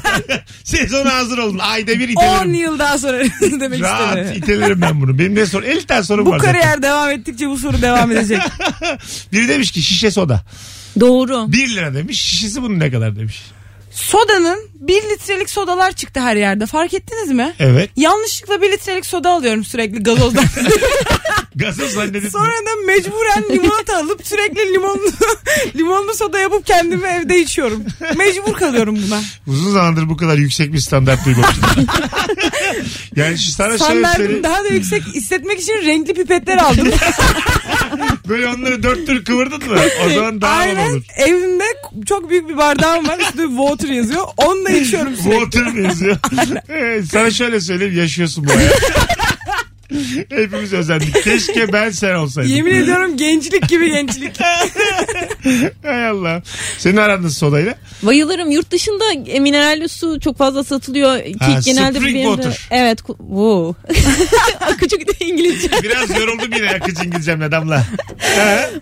Speaker 2: Sezona hazır olun. Ayda bir
Speaker 3: 10
Speaker 2: itelerim.
Speaker 3: yıl daha sonra demek
Speaker 2: Rahat
Speaker 3: istedim.
Speaker 2: itelerim ben bunu. Benim ne soru? 50 tane sorum
Speaker 3: Bu
Speaker 2: var.
Speaker 3: kariyer devam ettikçe bu soru devam edecek.
Speaker 2: zaten. Biri demiş ki şişe soda.
Speaker 4: Doğru.
Speaker 2: 1 lira demiş. Şişesi bunun ne kadar demiş.
Speaker 3: Sodanın 1 litrelik sodalar çıktı her yerde. Fark ettiniz mi?
Speaker 2: Evet.
Speaker 3: Yanlışlıkla 1 litrelik soda alıyorum sürekli gazozdan.
Speaker 2: Gazoz zannedip.
Speaker 3: Sonra da mecburen limonata alıp sürekli limonlu limonlu soda yapıp kendimi evde içiyorum. Mecbur kalıyorum buna.
Speaker 2: Uzun zamandır bu kadar yüksek bir standart duymamıştım. yani şu sana şöyle
Speaker 3: Standartımı
Speaker 2: söyleyeyim.
Speaker 3: daha da yüksek hissetmek için renkli pipetler aldım.
Speaker 2: Böyle onları dört tur kıvırdın mı? O zaman daha havalı
Speaker 3: Aynen
Speaker 2: olur.
Speaker 3: evimde çok büyük bir bardağım var. Üstünde water yazıyor. Onunla içiyorum sürekli.
Speaker 2: Water mı yazıyor? Evet, sana şöyle söyleyeyim yaşıyorsun bu hayatı. Hepimiz özendik. Keşke ben sen olsaydım.
Speaker 3: Yemin ediyorum gençlik gibi gençlik.
Speaker 2: Hay Allah. Senin aran nasıl sodayla?
Speaker 4: Bayılırım. Yurt dışında e, mineralli su çok fazla satılıyor. Ki
Speaker 2: Ha,
Speaker 4: genelde
Speaker 2: spring
Speaker 4: bir yerde-
Speaker 2: water.
Speaker 4: Evet. ku- Wow. Akıcı bir de İngilizce.
Speaker 2: Biraz yoruldum yine akıcı İngilizcemle damla.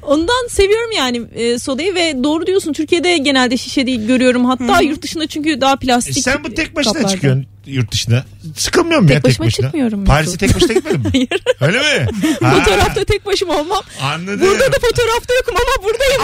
Speaker 4: Ondan seviyorum yani e, sodayı ve doğru diyorsun. Türkiye'de genelde şişe değil görüyorum. Hatta yurt dışında çünkü daha
Speaker 2: E
Speaker 4: plastik.
Speaker 2: sen bu tek başına
Speaker 4: kaplarda.
Speaker 2: çıkıyorsun yurt dışına. Sıkılmıyor musun
Speaker 4: Tek
Speaker 2: ya tek
Speaker 4: başıma
Speaker 2: başına?
Speaker 4: çıkmıyorum
Speaker 2: Paris'e
Speaker 4: Mesut.
Speaker 2: tek başına gitmedin mi?
Speaker 4: Hayır.
Speaker 2: Öyle mi? Ha,
Speaker 4: Fotoğrafta tek başıma olmam.
Speaker 2: Anladım.
Speaker 4: Burada da fotoğrafta yokum ama buradayım.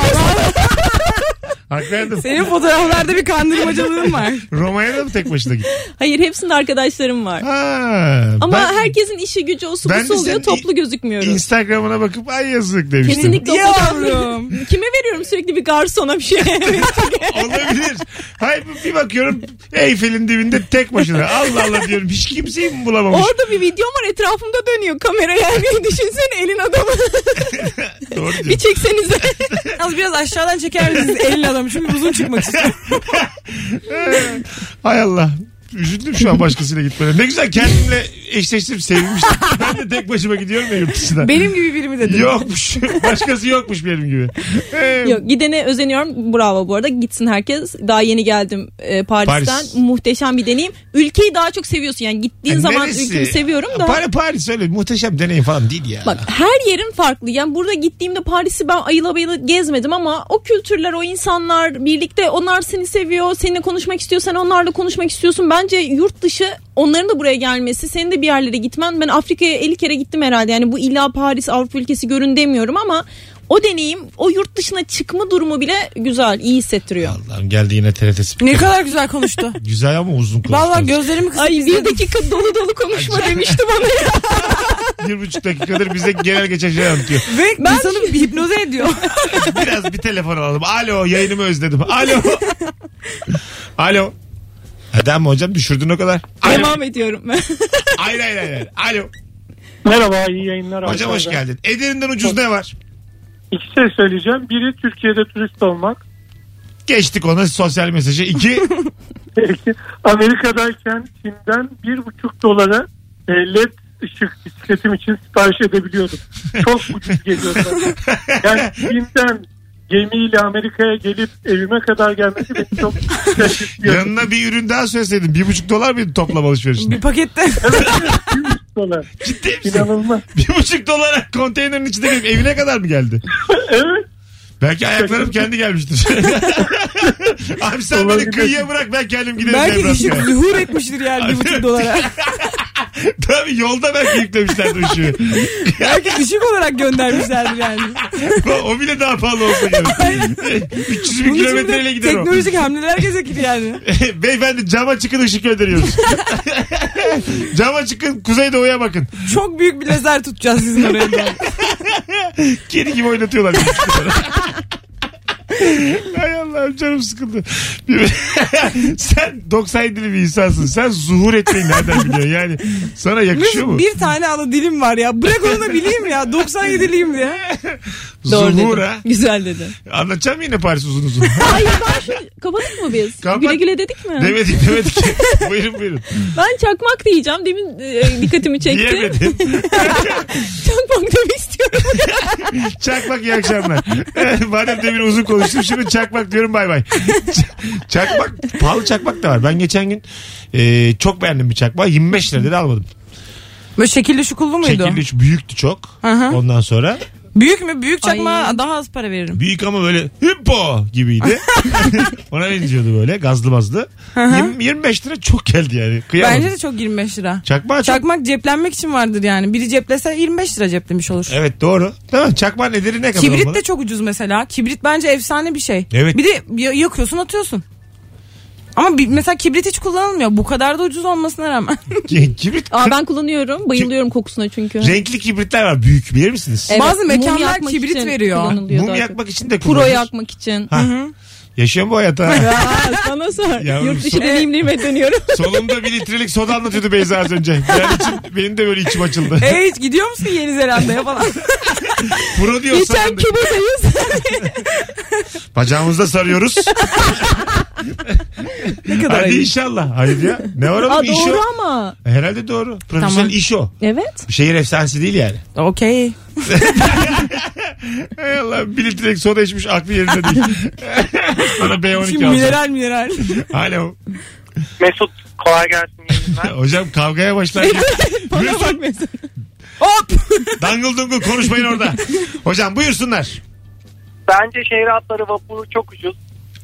Speaker 2: Hak verdim.
Speaker 3: Senin fotoğraflarda bir kandırmacalığın var.
Speaker 2: Roma'ya da mı tek başına gittin?
Speaker 4: Hayır hepsinde arkadaşlarım var.
Speaker 2: Ha,
Speaker 4: Ama
Speaker 2: ben
Speaker 4: herkesin işi gücü o su
Speaker 2: Ben
Speaker 4: busu
Speaker 2: de
Speaker 4: oluyor
Speaker 2: senin
Speaker 4: toplu gözükmüyoruz.
Speaker 2: Instagram'ına bakıp ay yazık demiştim.
Speaker 4: Kesinlikle o
Speaker 3: Yavrum.
Speaker 4: fotoğraf- Kime veriyorum sürekli bir garsona bir şey?
Speaker 2: Olabilir. Hayır bir bakıyorum Eyfel'in dibinde tek başına. Allah Allah diyorum hiç kimseyi mi bulamamış?
Speaker 4: Orada bir videom var etrafımda dönüyor kamera yani. Düşünsene elin adamı.
Speaker 2: Doğru diyorsun.
Speaker 4: bir çeksenize.
Speaker 3: Az biraz aşağıdan çeker misiniz elin adamı? Çünkü uzun çıkmak istiyorum.
Speaker 2: Hay Allah. Üzüldüm şu an başkasıyla gitmene. Ne güzel kendimle eşleştim sevinmiştim. Ben de tek başıma gidiyorum ya yurt dışına.
Speaker 3: Benim gibi biri mi dedin?
Speaker 2: Yokmuş. Başkası yokmuş benim gibi. Ee,
Speaker 4: Yok, gidene özeniyorum. Bravo bu arada. Gitsin herkes. Daha yeni geldim e, Paris'ten.
Speaker 2: Paris.
Speaker 4: Muhteşem bir deneyim. Ülkeyi daha çok seviyorsun. Yani gittiğin
Speaker 2: yani
Speaker 4: zaman
Speaker 2: neresi?
Speaker 4: ülkeyi seviyorum da.
Speaker 2: Paris, Paris öyle muhteşem deneyim falan değil ya.
Speaker 4: Bak her yerin farklı. Yani burada gittiğimde Paris'i ben ayıla bayıla gezmedim ama o kültürler, o insanlar birlikte onlar seni seviyor. Seninle konuşmak istiyor. Sen onlarla konuşmak istiyorsun. Bence yurt dışı onların da buraya gelmesi, senin de bir yerlere gitmen. Ben Afrika'ya 50 kere gittim herhalde. Yani bu illa Paris, Avrupa ülkesi görün demiyorum ama o deneyim, o yurt dışına çıkma durumu bile güzel, iyi hissettiriyor.
Speaker 2: Allah'ım geldi yine TRT spiker.
Speaker 3: Ne kadar güzel konuştu.
Speaker 2: Güzel ama uzun konuştu.
Speaker 3: Vallahi gözlerimi
Speaker 4: Ay
Speaker 3: kısıp
Speaker 4: bir
Speaker 3: izledim.
Speaker 4: dakika dolu dolu konuşma demişti bana ya.
Speaker 2: Bir buçuk dakikadır bize genel geçen şey anlatıyor.
Speaker 3: Ve insanı bir hipnoze ediyor.
Speaker 2: Biraz bir telefon alalım. Alo yayınımı özledim. Alo. Alo. Adam hocam düşürdün o kadar. Alo.
Speaker 4: Devam ediyorum ben.
Speaker 2: Hayır hayır hayır. Alo.
Speaker 8: Merhaba iyi yayınlar.
Speaker 2: Hocam hoş geldin. Edirne'den ucuz ne var?
Speaker 8: İki şey söyleyeceğim. Biri Türkiye'de turist olmak.
Speaker 2: Geçtik ona sosyal mesajı. İki.
Speaker 8: Peki, Amerika'dayken Çin'den bir buçuk dolara e, led ışık bisikletim için sipariş edebiliyordum. Çok ucuz geliyordu. Yani Çin'den gemiyle Amerika'ya gelip evime kadar gelmesi beni çok şaşırtıyor.
Speaker 2: Yanına bir ürün daha söyleseydin. Bir buçuk dolar mıydı toplam alışverişinde?
Speaker 3: bir pakette.
Speaker 8: dolar.
Speaker 2: Ciddi misin?
Speaker 8: İnanılmaz.
Speaker 2: Bir buçuk dolara konteynerin içinde benim evine kadar mı geldi?
Speaker 8: evet.
Speaker 2: Belki ayaklarım kendi gelmiştir. Abi sen beni
Speaker 8: Olabilir.
Speaker 2: kıyıya bırak ben kendim giderim.
Speaker 3: Belki
Speaker 2: Nebraska'ya.
Speaker 3: ışık zuhur etmiştir yani bir buçuk dolara.
Speaker 2: Tabii yolda belki yüklemişlerdir ışığı.
Speaker 3: Belki ışık olarak göndermişlerdir yani.
Speaker 2: o bile daha pahalı olsa gerek. 300 bin
Speaker 3: Bunun için bir
Speaker 2: kilometreyle
Speaker 3: de
Speaker 2: gider o.
Speaker 3: teknolojik hamleler gerekir yani.
Speaker 2: Beyefendi cama çıkın ışık gönderiyoruz. cama çıkın kuzeydoğuya bakın.
Speaker 3: Çok büyük bir lazer tutacağız sizin oraya. da.
Speaker 2: Kedi gibi oynatıyorlar. bizi. Hay Allah'ım canım sıkıldı. Bir- Sen 97'li bir insansın. Sen zuhur etmeyi nereden biliyorsun? Yani sana yakışıyor mu?
Speaker 3: Bir tane ana dilim var ya. Bırak onu da bileyim ya. 97'liyim diye.
Speaker 2: Zuhur ha.
Speaker 4: Güzel dedi.
Speaker 2: Anlatacağım yine Paris uzun uzun.
Speaker 4: Hayır ben şu kapadık mı biz?
Speaker 2: Kapat.
Speaker 4: Güle güle dedik mi?
Speaker 2: demedik demedik. buyurun buyurun.
Speaker 4: Ben çakmak diyeceğim. Demin e, dikkatimi çekti.
Speaker 2: Diyemedim.
Speaker 4: çakmak demek istiyorum.
Speaker 2: Çakmak iyi akşamlar. Madem demin uzun konuştum şimdi çakmak diyorum bay bay. Ç- Çakmak pahalı çakmak da var. Ben geçen gün e, çok beğendim bir çakmağı 25 lirada da almadım.
Speaker 3: Böyle şekilli şukullu muydu?
Speaker 2: Şekilli şu büyüktü çok.
Speaker 3: Hı hı.
Speaker 2: Ondan sonra
Speaker 3: Büyük mü? Büyük çakmağa
Speaker 4: Ay.
Speaker 3: daha az para veririm.
Speaker 2: büyük ama böyle hüppo gibiydi. Ona benziyordu böyle gazlı mazlı. Yirmi- 25 lira çok geldi yani. Kıyamadım.
Speaker 3: Bence de çok 25 lira.
Speaker 2: Çakmağı çok...
Speaker 3: Çakmak ceplenmek için vardır yani. Biri ceplese 25 lira ceplemiş olur.
Speaker 2: Evet doğru. Tamam çakmağın ederi ne kadar
Speaker 3: Kibrit
Speaker 2: olmalı?
Speaker 3: de çok ucuz mesela. Kibrit bence efsane bir şey.
Speaker 2: Evet.
Speaker 3: Bir de y- yakıyorsun atıyorsun. Ama bir, mesela kibrit hiç kullanılmıyor. Bu kadar da ucuz olmasına rağmen.
Speaker 2: Ki- Kibrit.
Speaker 4: Aa, ben kullanıyorum. Bayılıyorum kokusuna çünkü.
Speaker 2: Renkli kibritler var büyük bilir misiniz?
Speaker 4: Evet,
Speaker 3: Bazı
Speaker 4: mum
Speaker 3: mekanlar
Speaker 4: yakmak
Speaker 3: kibrit
Speaker 4: için
Speaker 3: veriyor.
Speaker 4: kullanılıyor
Speaker 2: Mum
Speaker 4: daha çok.
Speaker 2: yakmak için de
Speaker 4: Pro
Speaker 2: kullanılır.
Speaker 4: yakmak için.
Speaker 2: Ha. Yaşıyor mu bu hayatı? ha?
Speaker 4: Ya sana sor.
Speaker 2: Yavrum,
Speaker 4: Yurt dışı
Speaker 2: sor.
Speaker 4: deneyimlerime dönüyorum.
Speaker 2: Solumda bir litrelik soda anlatıyordu Beyza az önce. Yani için, benim de böyle içim açıldı.
Speaker 3: e hiç gidiyor musun Yeni Zelanda'ya falan?
Speaker 2: Pro diyor
Speaker 4: Geçen
Speaker 2: sandım.
Speaker 4: Küba'dayız.
Speaker 2: Bacağımızda sarıyoruz.
Speaker 3: ne kadar
Speaker 2: Hadi
Speaker 3: ayıp.
Speaker 2: inşallah. Hayır ya. Ne var
Speaker 4: Aa,
Speaker 2: oğlum iş
Speaker 4: doğru
Speaker 2: o. E,
Speaker 4: ama.
Speaker 2: Herhalde doğru. Profesyonel
Speaker 3: Tamam.
Speaker 2: iş o.
Speaker 4: Evet.
Speaker 2: Şehir efsanesi değil yani.
Speaker 3: Okey.
Speaker 2: Hay Allah bir litrelik soda içmiş aklı yerinde değil. Bana
Speaker 3: Şimdi
Speaker 2: B12 alacağım.
Speaker 3: mineral mineral.
Speaker 2: Alo.
Speaker 7: Mesut kolay gelsin yayınlar.
Speaker 2: Hocam kavgaya başlar.
Speaker 3: Bana
Speaker 2: Mesut.
Speaker 3: bak Mesut. Hop.
Speaker 2: Dangıl dungul konuşmayın orada. Hocam buyursunlar.
Speaker 7: Bence şehir atları vapuru çok ucuz.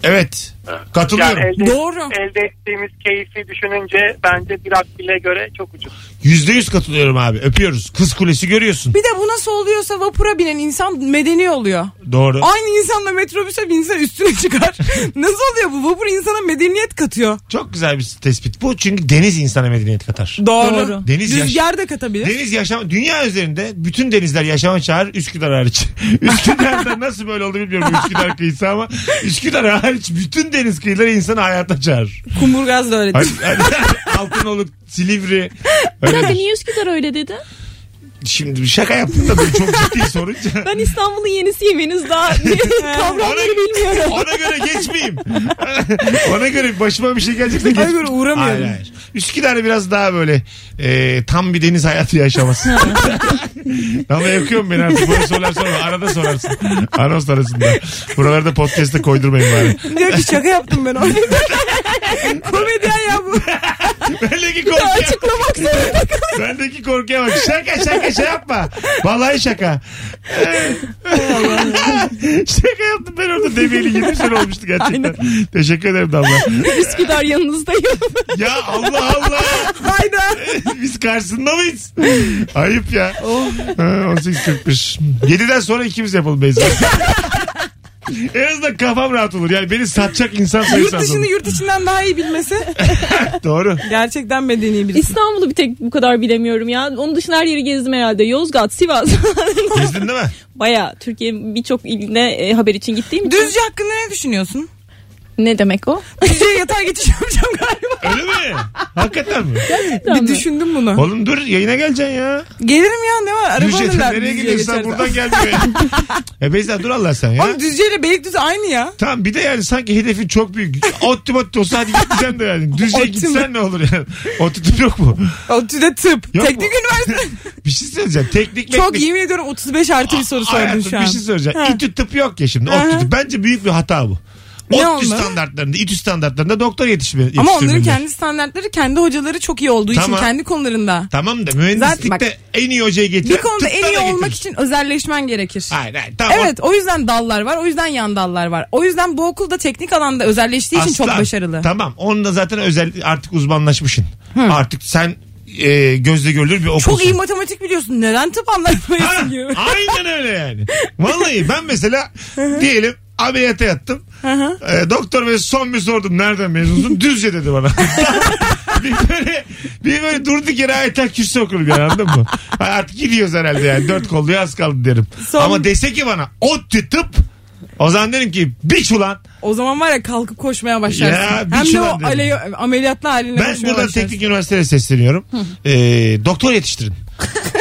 Speaker 2: Evet. Katılıyorum.
Speaker 7: Yani elde,
Speaker 3: Doğru.
Speaker 7: elde ettiğimiz keyfi düşününce bence bir akbile göre çok ucuz.
Speaker 2: Yüzde yüz katılıyorum abi. Öpüyoruz. Kız kulesi görüyorsun.
Speaker 3: Bir de bu nasıl oluyorsa vapura binen insan medeni oluyor.
Speaker 2: Doğru.
Speaker 3: Aynı insanla metrobüse binse üstüne çıkar. nasıl oluyor bu? Vapur insana medeniyet katıyor.
Speaker 2: Çok güzel bir tespit bu. Çünkü deniz insana medeniyet katar.
Speaker 3: Doğru.
Speaker 2: Deniz
Speaker 3: Rüzgar da katabilir.
Speaker 2: Deniz yaşam dünya üzerinde bütün denizler yaşama çağırır Üsküdar hariç. Üsküdar'da nasıl böyle oldu bilmiyorum Üsküdar kıyısı ama Üsküdar hariç bütün deniz kıyıları insanı hayata çağırır.
Speaker 3: Kumburgaz da öyle.
Speaker 2: Hani, hani Altınoluk, Silivri.
Speaker 4: Bir dakika
Speaker 2: Öyle.
Speaker 4: niye Üsküdar öyle dedi?
Speaker 2: Şimdi bir şaka yaptım da böyle çok ciddi sorunca.
Speaker 4: Ben İstanbul'un yenisi henüz daha kavramları bilmiyorum.
Speaker 2: Ona göre geçmeyeyim. Ona göre başıma bir şey gelecekse geç.
Speaker 3: Ona göre uğramıyorum.
Speaker 2: Hayır, hayır. Üsküdar'da biraz daha böyle e, tam bir deniz hayatı yaşaması. Ama yakıyorum beni artık. Böyle sorular sonra arada sorarsın. Anons arasında. Buralarda podcast'te koydurmayın bari.
Speaker 3: Diyor ki şaka yaptım ben orada. Komedyen ya bu.
Speaker 2: Bendeki korkuya,
Speaker 4: Açıklamak zorunda.
Speaker 2: bendeki korkuya bak. Şaka şaka şey yapma. Vallahi şaka. şaka yaptım ben orada demeyeli 20 sene olmuştu gerçekten. Teşekkür ederim Damla.
Speaker 4: Üsküdar yanınızdayım.
Speaker 2: Ya Allah Allah.
Speaker 3: Hayda.
Speaker 2: Biz karşısında mıyız? Ayıp ya.
Speaker 3: Oh.
Speaker 2: Ha, 18.41. 7'den sonra ikimiz yapalım Beyza. en azından kafam rahat olur. Yani beni satacak insan sayısı
Speaker 3: Yurt
Speaker 2: az
Speaker 3: dışını
Speaker 2: olur.
Speaker 3: yurt içinden daha iyi bilmesi
Speaker 2: Doğru.
Speaker 3: gerçekten medeni birisi.
Speaker 4: İstanbul'u bir tek bu kadar bilemiyorum ya. Onun dışında her yeri gezdim herhalde. Yozgat, Sivas.
Speaker 2: Gezdin değil mi?
Speaker 4: Baya Türkiye'nin birçok iline e, haber için gittiğim için.
Speaker 3: Düzce hakkında ne düşünüyorsun?
Speaker 4: Ne demek o?
Speaker 3: Düzce'ye yatağa geçiş yapacağım galiba.
Speaker 2: Öyle mi? Hakikaten mi?
Speaker 3: Bir düşündüm bunu.
Speaker 2: Oğlum dur yayına geleceksin ya.
Speaker 3: Gelirim ya ne var? Araba
Speaker 2: Düzce'den
Speaker 3: alırlar
Speaker 2: nereye
Speaker 3: Düzce'ye
Speaker 2: gidiyorsan
Speaker 3: geçerden.
Speaker 2: buradan gelmiyor ya. ya Beyza dur Allah sen ya.
Speaker 3: Oğlum Düzce ile Beylikdüzü aynı ya.
Speaker 2: Tamam bir de yani sanki hedefin çok büyük. Otti motti olsa hadi gitmeyeceksin de yani. Düzce'ye
Speaker 3: Otti mi?
Speaker 2: gitsen ne olur yani. Otti tüp yok mu?
Speaker 3: ODTÜ'de tıp.
Speaker 2: Yok
Speaker 3: Teknik
Speaker 2: mu?
Speaker 3: üniversite.
Speaker 2: Bir şey söyleyeceğim. Teknik
Speaker 3: Çok
Speaker 2: meknik-
Speaker 3: yemin ediyorum 35 artı bir soru sordun
Speaker 2: Hayatım,
Speaker 3: şu an.
Speaker 2: Bir şey söyleyeceğim.
Speaker 3: Ha.
Speaker 2: İTÜ tıp yok ya şimdi.
Speaker 3: Aha.
Speaker 2: ODTÜ. Bence büyük bir hata bu.
Speaker 3: Ne
Speaker 2: ODTÜ
Speaker 3: olmalı?
Speaker 2: standartlarında, İTÜ standartlarında doktor yetişmiyor.
Speaker 3: Ama onların kendi standartları kendi hocaları çok iyi olduğu için
Speaker 2: Tamam.
Speaker 3: kendi konularında.
Speaker 2: Tamam da mühendislikte
Speaker 3: Zaten bak-
Speaker 2: en iyi hocayı getiren
Speaker 3: Bir konuda en
Speaker 2: tıpta
Speaker 3: iyi
Speaker 2: da
Speaker 3: olmak
Speaker 2: getirir.
Speaker 3: için özelleşmen gerekir.
Speaker 2: Hayır hayır. Tamam.
Speaker 3: Evet o yüzden dallar var o yüzden yan dallar var. O yüzden bu okulda teknik alanda özelleştiği için çok
Speaker 2: Aslan.
Speaker 3: başarılı.
Speaker 2: Tamam. Onda zaten özel artık uzmanlaşmışsın. Artık sen e, gözle görülür bir okulsun.
Speaker 3: Çok iyi matematik biliyorsun neden tıp
Speaker 2: Ha,
Speaker 3: anlatmayasın gibi.
Speaker 2: Aynen öyle yani. Vallahi ben mesela diyelim ameliyata yattım. Ee, doktor bey son bir sordum nereden mezunsun? Düzce dedi bana. bir böyle, bir böyle durduk yere ayetel kürsü okurum yani anladın mı? Ha, Artık gidiyoruz herhalde yani. Dört kolluya az kaldı derim.
Speaker 3: Son-
Speaker 2: Ama dese ki bana ODTÜ tıp o zaman derim ki biç ulan
Speaker 3: O zaman var ya kalkıp koşmaya başlarsın.
Speaker 2: Ya, bir
Speaker 3: Hem de
Speaker 2: şey
Speaker 3: o
Speaker 2: var dedim.
Speaker 3: ale- ameliyatlı haline
Speaker 2: ben
Speaker 3: koşmaya
Speaker 2: buradan
Speaker 3: başlarsın.
Speaker 2: teknik üniversiteye sesleniyorum. Ee, doktor yetiştirin.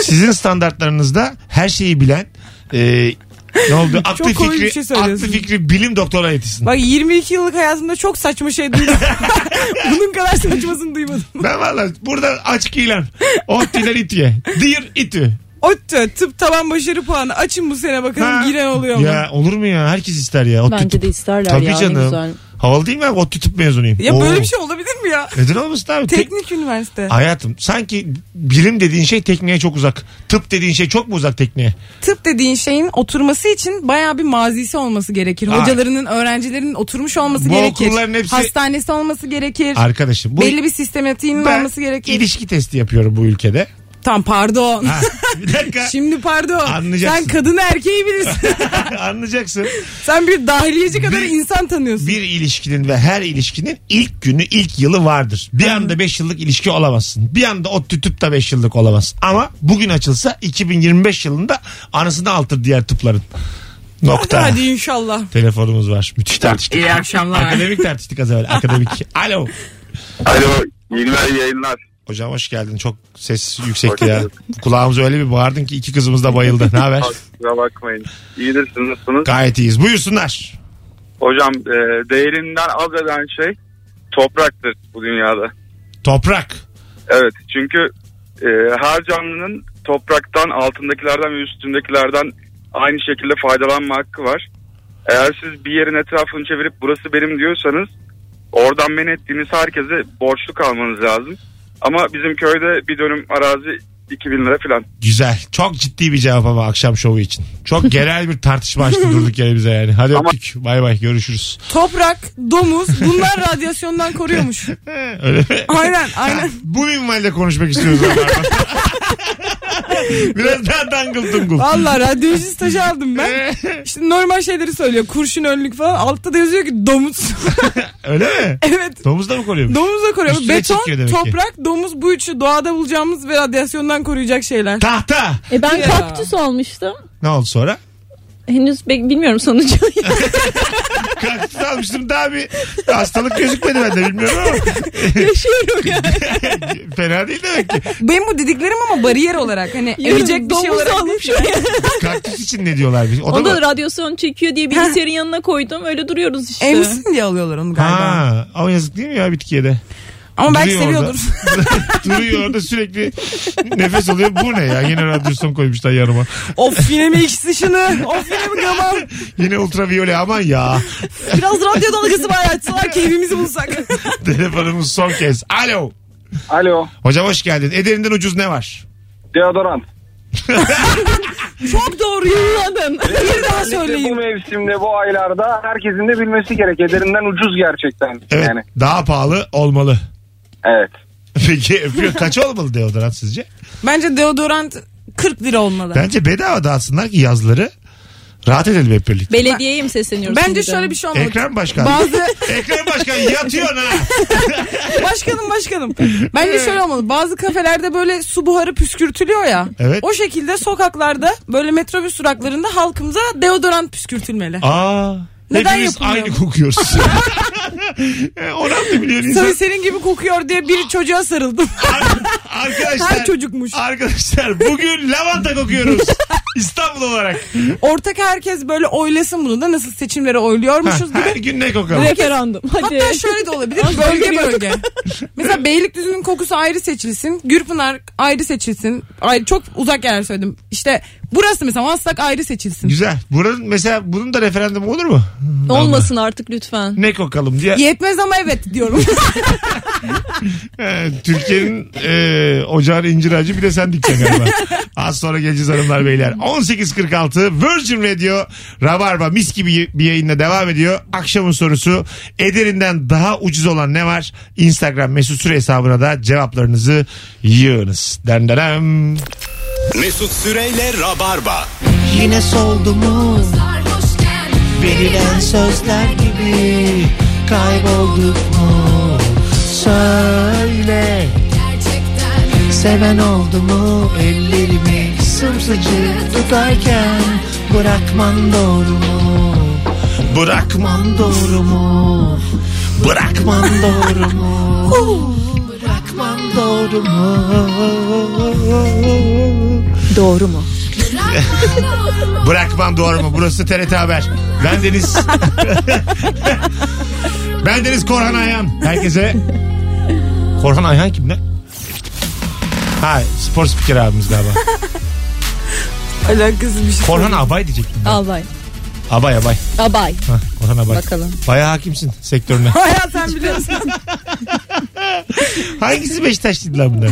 Speaker 2: Sizin standartlarınızda her şeyi bilen e, ne oldu? Aklı
Speaker 3: komik bir
Speaker 2: fikri,
Speaker 3: şey
Speaker 2: aklı
Speaker 3: söylüyorsun.
Speaker 2: fikri bilim doktora yetişsin.
Speaker 3: Bak 22 yıllık hayatımda çok saçma şey duydum. Bunun kadar saçmasını duymadım.
Speaker 2: Ben valla burada açık ilan. Ottiler itiye. Dir itü.
Speaker 3: ODTÜ tıp taban başarı puanı açın bu sene bakalım
Speaker 2: Ha.
Speaker 3: giren oluyor mu?
Speaker 2: Ya olur mu ya? Herkes ister ya. Ottu
Speaker 4: Bence
Speaker 2: tıp.
Speaker 4: de isterler
Speaker 2: Tabii
Speaker 4: ya. ne
Speaker 2: canım.
Speaker 4: güzel.
Speaker 2: Havalı değil mi abi? Ottu tıp mezunuyum.
Speaker 3: Ya böyle
Speaker 2: Oo.
Speaker 3: bir şey olabilir mi ya?
Speaker 2: Neden olmasın abi? Tek-
Speaker 3: Teknik üniversite.
Speaker 2: Hayatım sanki bilim dediğin şey tekniğe çok uzak. Tıp dediğin şey çok mu uzak tekniğe?
Speaker 3: Tıp dediğin şeyin oturması için bayağı bir mazisi olması gerekir.
Speaker 2: Ay.
Speaker 3: Hocalarının, öğrencilerinin oturmuş olması
Speaker 2: Bu
Speaker 3: gerekir.
Speaker 2: okulların hepsi-
Speaker 3: Hastanesi olması gerekir.
Speaker 2: Arkadaşım bu
Speaker 3: Belli bir sistematiğinin
Speaker 2: ben
Speaker 3: olması gerekir.
Speaker 2: ilişki testi yapıyorum bu ülkede.
Speaker 3: Tam pardon.
Speaker 2: Ha, bir dakika.
Speaker 3: Şimdi pardon.
Speaker 2: Anlayacaksın.
Speaker 3: Sen kadın erkeği bilirsin.
Speaker 2: Anlayacaksın.
Speaker 3: Sen bir dahiliyeci kadar
Speaker 2: Bir-
Speaker 3: insan tanıyorsun.
Speaker 2: Bir ilişkinin ve her ilişkinin ilk günü, ilk yılı vardır. Bir anda 5 yıllık ilişki olamazsın. Bir anda o tütüp da 5 yıllık olamaz. Ama bugün açılsa 2025 yılında anasını altır diğer tıpların. Nokta.
Speaker 3: Hadi inşallah.
Speaker 2: Telefonumuz var. Müthiş tartıştık.
Speaker 3: İyi akşamlar.
Speaker 2: Akademik tartıştık az evvel. Akademik. Alo.
Speaker 5: Alo yayınlar yayınlar.
Speaker 2: Hocam hoş geldin. Çok ses yüksekti ya. Kulağımıza öyle bir bağırdın ki iki kızımız da bayıldı. Ne haber?
Speaker 5: Kusura bakmayın. İyidir siz nasılsınız?
Speaker 2: Gayet iyiyiz. Buyursunlar.
Speaker 5: Hocam e, değerinden az eden şey topraktır bu dünyada.
Speaker 2: Toprak.
Speaker 5: Evet çünkü e, her canlının topraktan altındakilerden ve üstündekilerden
Speaker 9: aynı şekilde faydalanma hakkı var. Eğer siz bir yerin etrafını çevirip burası benim diyorsanız oradan men ettiğiniz herkese borçlu kalmanız lazım. Ama bizim köyde bir dönüm arazi 2000 lira falan.
Speaker 2: Güzel. Çok ciddi bir cevap ama akşam şovu için. Çok genel bir tartışma açtı durduk yere bize yani. Hadi
Speaker 9: Ama-
Speaker 2: öptük. Bay bay görüşürüz.
Speaker 3: Toprak, domuz bunlar radyasyondan koruyormuş.
Speaker 2: Öyle mi?
Speaker 3: Aynen aynen.
Speaker 2: Bu minvalde konuşmak istiyoruz. Biraz daha dangıl dungul.
Speaker 3: Valla radyoloji stajı aldım
Speaker 2: Ee?
Speaker 3: ben. İşte normal şeyleri söylüyor. Kurşun önlük falan. Altta da yazıyor ki domuz.
Speaker 2: Öyle mi?
Speaker 3: evet.
Speaker 2: Domuz da mı koruyormuş?
Speaker 3: Domuzla koruyor.
Speaker 2: Üstüne çekiyor
Speaker 3: Beton,
Speaker 2: demek ki.
Speaker 3: toprak, domuz bu üçü doğada bulacağımız ve radyasyondan koruyacak şeyler.
Speaker 2: Tahta.
Speaker 4: E ben
Speaker 3: Ya.
Speaker 4: kaktüs olmuştum.
Speaker 2: Ne oldu sonra?
Speaker 4: Henüz be- bilmiyorum sonucu.
Speaker 2: Kaktüs almıştım daha bir hastalık gözükmedi bende bilmiyorum ama.
Speaker 4: Yaşıyorum yani.
Speaker 2: Fena değil demek ki.
Speaker 3: Benim bu dediklerim ama bariyer olarak hani
Speaker 4: Yiyecek
Speaker 3: erecek bir şey olarak.
Speaker 4: aldım şu
Speaker 2: Kaktüs için ne diyorlar? O da
Speaker 4: Onu da
Speaker 2: mı?
Speaker 4: radyasyon çekiyor diye bilgisayarın yanına koydum. Öyle duruyoruz işte.
Speaker 3: Emsin diye alıyorlar onu galiba.
Speaker 2: Ha, ama yazık değil mi ya bitkiye de?
Speaker 3: ama belki
Speaker 2: duruyor orada.
Speaker 3: seviyordur.
Speaker 2: Duruyor orada sürekli nefes oluyor. Bu ne ya? Yine radyasyon koymuşlar yanıma.
Speaker 3: of yine mi ikisi şunu? Of yine mi gamam?
Speaker 2: Yine ultraviyole aman ya.
Speaker 3: Biraz radyo dalgası bayağı açsalar ki evimizi bulsak.
Speaker 2: Telefonumuz son kez. Alo.
Speaker 5: Alo.
Speaker 2: Hocam hoş geldin. Ederinden ucuz ne var?
Speaker 5: Deodorant.
Speaker 3: Çok doğru yılladın. Bir daha söyleyeyim.
Speaker 5: mevsimde bu aylarda herkesin de bilmesi gerek. Ederinden ucuz gerçekten.
Speaker 2: Evet. Daha pahalı olmalı.
Speaker 5: evet.
Speaker 2: Peki öpüyor. Kaç olmalı deodorant sizce?
Speaker 3: Bence deodorant 40 lira olmalı.
Speaker 2: Bence bedava dağıtsınlar ki yazları. Rahat edelim hep birlikte.
Speaker 4: Belediyeye mi sesleniyoruz?
Speaker 3: Bence
Speaker 4: şimdiden?
Speaker 3: şöyle bir şey olmalı.
Speaker 2: Ekrem Başkan.
Speaker 3: Bazı
Speaker 2: Ekrem Başkan yatıyorsun ha.
Speaker 3: başkanım başkanım. Bence şöyle olmalı. Bazı kafelerde böyle su buharı püskürtülüyor ya.
Speaker 2: Evet.
Speaker 3: O şekilde sokaklarda böyle metrobüs duraklarında halkımıza deodorant püskürtülmeli.
Speaker 2: Aa.
Speaker 3: Neden
Speaker 2: hepimiz
Speaker 3: yapılmıyor?
Speaker 2: aynı kokuyoruz. E, Oran da biliyor insan.
Speaker 3: Tabii senin gibi kokuyor diye bir çocuğa sarıldım.
Speaker 2: Ar- arkadaşlar.
Speaker 3: Her çocukmuş.
Speaker 2: Arkadaşlar bugün lavanta kokuyoruz. İstanbul olarak.
Speaker 3: Ortak herkes böyle oylasın bunu da nasıl seçimlere oyluyormuşuz
Speaker 2: Her
Speaker 3: gibi.
Speaker 2: gün ne kokalım?
Speaker 4: Referandum. Hadi.
Speaker 3: Hatta şöyle de olabilir bölge bölge. Mesela Beylikdüzü'nün kokusu ayrı seçilsin. Gürpınar ayrı seçilsin. Ay, çok uzak yerler söyledim. İşte burası mesela Maslak ayrı seçilsin.
Speaker 2: Güzel. Buranın mesela bunun da referandumu olur mu?
Speaker 4: Olmasın artık lütfen.
Speaker 2: Ne kokalım diye.
Speaker 3: Yetmez ama evet diyorum.
Speaker 2: Ee, Türkiye'nin e, ocağın incir ağacı bir de sen dikeceksin galiba. Az sonra geleceğiz hanımlar beyler. 18.46 Virgin Radio Rabarba mis gibi bir yayınla devam ediyor. Akşamın sorusu Eder'inden daha ucuz olan ne var? Instagram mesut süre hesabına da cevaplarınızı yığınız. Dendelem.
Speaker 1: Mesut Süreyle Rabarba.
Speaker 10: Yine soldu mu verilen sözler gibi kaybolduk mu? Söyle seven oldu mu ellerimi sımsıcık tutarken bırakman doğru mu?
Speaker 2: Bırakma.
Speaker 10: Bırakman doğru mu? Bırakman doğru mu? Bırakman doğru mu?
Speaker 4: Doğru mu?
Speaker 2: Bırakmam doğru mu? Burası TRT Haber. Ben Deniz. ben Deniz Korhan Ayhan. Herkese. Korhan Ayhan kim lan? Ha spor spiker abimiz galiba.
Speaker 3: Alakasız bir şey.
Speaker 2: Korhan Abay diyecektim. ben.
Speaker 4: Abay.
Speaker 2: Abay Abay.
Speaker 4: Abay.
Speaker 2: Ha, Korhan Abay.
Speaker 4: Bakalım.
Speaker 2: Bayağı hakimsin sektörüne.
Speaker 3: Hayat sen biliyorsun.
Speaker 2: Hangisi Beşiktaş dedi lan bunlar?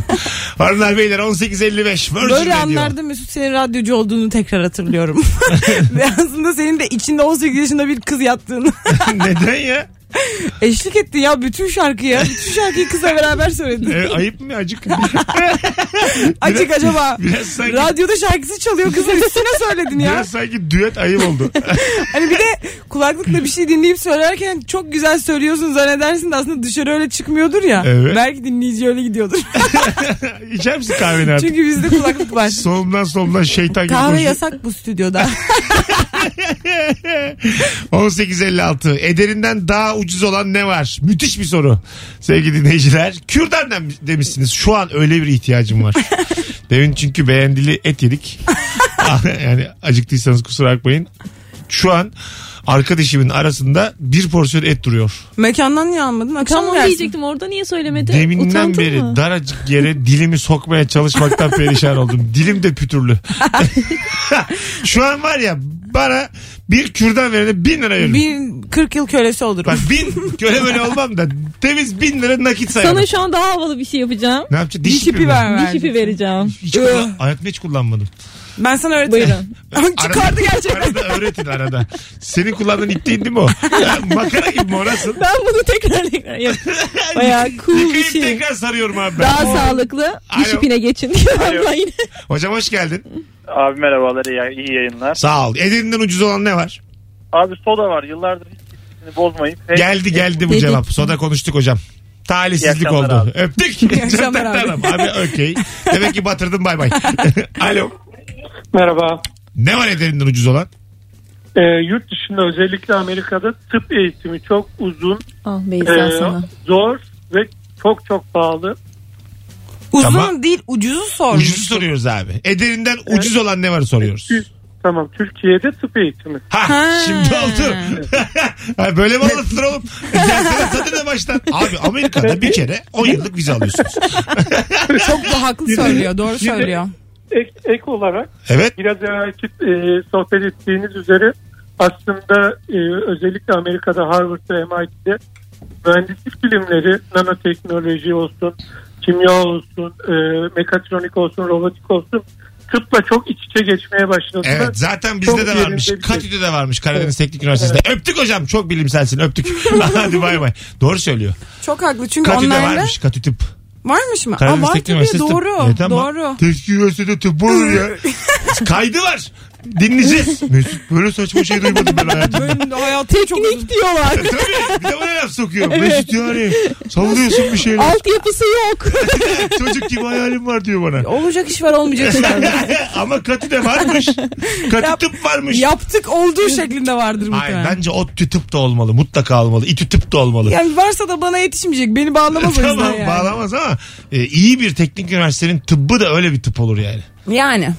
Speaker 2: Hanımlar beyler 18.55. Virgin
Speaker 3: Böyle
Speaker 2: Radio.
Speaker 3: anlarda Mesut senin radyocu olduğunu tekrar hatırlıyorum. Ve aslında senin de içinde 18 yaşında bir kız yattığını.
Speaker 2: Neden ya?
Speaker 3: Eşlik etti ya bütün şarkıya. Bütün şarkıyı kızla beraber söyledin.
Speaker 2: Ee, ayıp mı acık?
Speaker 3: Açık acaba.
Speaker 2: Biraz sanki,
Speaker 3: Radyoda şarkısı çalıyor kızın üstüne söyledin ya.
Speaker 2: biraz sanki düet ayıp oldu.
Speaker 3: Hani bir de kulaklıkla bir şey dinleyip söylerken çok güzel söylüyorsun zannedersin de aslında dışarı öyle çıkmıyordur ya.
Speaker 2: Evet.
Speaker 3: Belki dinleyici öyle gidiyordur.
Speaker 2: İçer misin kahveni artık?
Speaker 3: Çünkü bizde kulaklık var.
Speaker 2: Solumdan solumdan şeytan gibi
Speaker 3: Kahve
Speaker 2: konuşuyor.
Speaker 3: yasak bu stüdyoda.
Speaker 2: 18.56 Ederinden E, daha ucuz olan ne var? Müthiş bir soru sevgili dinleyiciler. Kürdan dem- demişsiniz. Şu an öyle bir ihtiyacım var. Demin çünkü beğendili et yedik. yani acıktıysanız kusura bakmayın. Şu an arka dişimin arasında bir porsiyon et duruyor.
Speaker 3: Mekandan niye almadın? Akşam
Speaker 4: Tam
Speaker 3: mı
Speaker 4: onu
Speaker 3: gelsin?
Speaker 4: diyecektim orada niye söylemedi?
Speaker 2: Deminden
Speaker 4: Utandın
Speaker 2: beri
Speaker 4: mı?
Speaker 2: daracık yere dilimi sokmaya çalışmaktan perişan oldum. Dilim de pütürlü. Şu an var ya bana bir kürdan verene bin lira veririm.
Speaker 3: Bir 40 yıl kölesi olurum.
Speaker 2: Bak bin köle böyle olmam da temiz bin lira nakit sayarım.
Speaker 4: Sana şu an daha havalı bir şey yapacağım.
Speaker 2: Ne yapacaksın?
Speaker 3: Diş
Speaker 2: Diş ipi
Speaker 3: ipi
Speaker 2: mi?
Speaker 3: ver
Speaker 4: Diş
Speaker 3: ver.
Speaker 4: ipi vereceğim.
Speaker 2: Hiç kullan- hayatımda hiç kullanmadım.
Speaker 3: Ben sana öğretirim.
Speaker 4: Buyurun.
Speaker 3: Çıkardı gerçekten.
Speaker 2: Arada öğretin arada. Senin kullandığın ip değil değil mi o? Ha, Makara gibi mi o nasıl?
Speaker 4: Ben bunu tekrar tekrar yap. Bayağı cool bir
Speaker 2: Yıkayıp
Speaker 4: şey.
Speaker 2: tekrar sarıyorum abi ben.
Speaker 4: Daha sağlıklı. Diş
Speaker 2: Alo.
Speaker 4: ipine geçin. Vallahi yine.
Speaker 2: Hocam hoş geldin.
Speaker 11: Abi merhabalar iyi, iyi yayınlar.
Speaker 2: Sağ ol. Edininden ucuz olan ne var?
Speaker 11: Abi soda var yıllardır hiç etkisini bozmayıp. hep-
Speaker 2: Geldi geldi bu
Speaker 4: Dedik.
Speaker 2: cevap. Soda konuştuk hocam.
Speaker 11: İyi
Speaker 2: Talihsizlik
Speaker 11: akşamlar
Speaker 2: oldu.
Speaker 11: abi.
Speaker 2: Öptük.
Speaker 3: akşamlar abi.
Speaker 2: Canım abi okey. Demek ki batırdım bay bay. Alo.
Speaker 8: Merhaba.
Speaker 2: Ne var ederinden ucuz olan?
Speaker 8: Ee, yurt dışında özellikle Amerika'da tıp eğitimi çok uzun,
Speaker 4: Ah Beyza
Speaker 2: Ee,
Speaker 8: e,
Speaker 4: sana.
Speaker 8: zor ve çok çok pahalı.
Speaker 3: Uzun
Speaker 2: Tamam.
Speaker 3: değil ucuzu sormuş.
Speaker 2: Ucuzu soruyoruz abi. Ederinden ucuz olan ne var soruyoruz.
Speaker 8: Siz- Tamam Türkiye'de tıp eğitimi.
Speaker 2: Ha,
Speaker 3: Ha.
Speaker 2: şimdi oldu. Ha, Böyle mi anlatılır oğlum? Gelsene tadı ne baştan. Abi Amerika'da bir kere 10 yıllık vize alıyorsunuz.
Speaker 3: Çok da haklı söylüyor. Doğru
Speaker 8: Bir de-
Speaker 3: söylüyor.
Speaker 8: Ek, ek olarak
Speaker 2: Evet.
Speaker 8: biraz evvelki e, sohbet ettiğiniz üzere aslında e, özellikle Amerika'da Harvard ve MIT'de mühendislik bilimleri, nanoteknoloji olsun, kimya olsun, e, mekatronik olsun, robotik olsun tıpla çok iç içe geçmeye başladılar.
Speaker 2: Evet zaten bizde
Speaker 8: Çok
Speaker 2: de varmış.
Speaker 8: yerinde bir şey.
Speaker 2: Katü'de de varmış Karadeniz Teknik Üniversitesi'nde. Öptük hocam çok bilimselsin öptük. Hadi bay bay. Doğru söylüyor.
Speaker 3: Çok haklı. Çünkü
Speaker 2: Katü'de
Speaker 3: onlarda
Speaker 2: varmış Katü Tıp.
Speaker 3: varmış mı? Aa,
Speaker 2: Karadeniz
Speaker 3: var
Speaker 2: Teknik
Speaker 3: tabii
Speaker 2: Üniversitesi
Speaker 3: doğru.
Speaker 2: Tıp. Evet ama
Speaker 3: doğru.
Speaker 2: Teknik Üniversitesi'nde tıp olur ya. Kaydı var. Dinleyeceğiz. Mesut böyle saçma şey duymadım ben hayatımda.
Speaker 3: Benim de hayatım çok uzun.
Speaker 4: diyorlar.
Speaker 2: Tabii bir de bana laf sokuyor. Mesut yani sallıyorsun bir şeyler.
Speaker 4: Altyapısı yok.
Speaker 2: Çocuk gibi hayalim var diyor bana.
Speaker 3: Olacak iş var olmayacak iş var.
Speaker 2: Ama katı de varmış. Katı
Speaker 3: Yap-
Speaker 2: tıp varmış.
Speaker 3: Yaptık olduğu şeklinde vardır
Speaker 2: Hayır
Speaker 3: muhtemelen.
Speaker 2: bence ODTÜ tıp da olmalı. Mutlaka olmalı. İTÜ tıp da olmalı.
Speaker 3: Yani varsa da bana yetişmeyecek. Beni bağlamaz o
Speaker 2: tamam
Speaker 3: yüzden yani.
Speaker 2: bağlamaz ama e, iyi bir teknik üniversitenin tıbbı da öyle bir tıp olur yani.
Speaker 3: yani.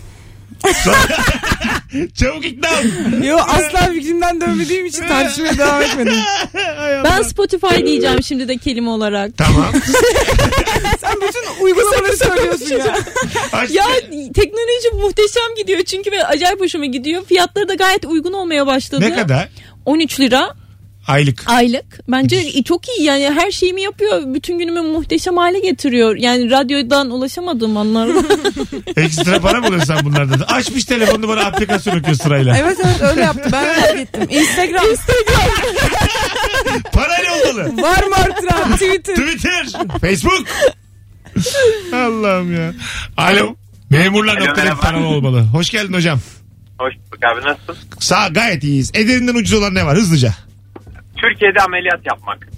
Speaker 2: Çabuk ikna ol.
Speaker 3: Yo asla fikrimden dönmediğim için tartışmaya devam etmedim.
Speaker 2: Hay Allah.
Speaker 4: Ben Spotify diyeceğim şimdi de kelime olarak.
Speaker 2: Tamam.
Speaker 3: Sen bütün uygulamaları söylüyorsun ya.
Speaker 2: Aç-
Speaker 4: Ya teknoloji muhteşem gidiyor çünkü ve acayip hoşuma gidiyor. Fiyatları da gayet uygun olmaya başladı.
Speaker 2: ne kadar?
Speaker 4: 13 lira
Speaker 2: Aylık.
Speaker 4: aylık. Bence e, çok iyi yani her şeyimi yapıyor. Bütün günümü muhteşem hale getiriyor. Yani radyodan ulaşamadığım anlar.
Speaker 2: Ekstra para mı alıyorsun sen bunlardan? Açmış telefonunu bana aplikasyon okuyor sırayla.
Speaker 3: Evet evet öyle yaptı. Ben fark ettim. Instagram
Speaker 2: Parayla olmalı.
Speaker 3: var mı artıran Twitter.
Speaker 2: Twitter. Facebook. Allah'ım ya. Alo. Memurlar
Speaker 7: Alo,
Speaker 2: nokta net
Speaker 7: merhaba.
Speaker 2: paralı olmalı. Hoş geldin hocam.
Speaker 7: Hoş bulduk abi nasılsın?
Speaker 2: Sağ gayet iyiyiz. Ederinden ucuz olan ne var hızlıca?
Speaker 7: Türkiye'de ameliyat yapmak.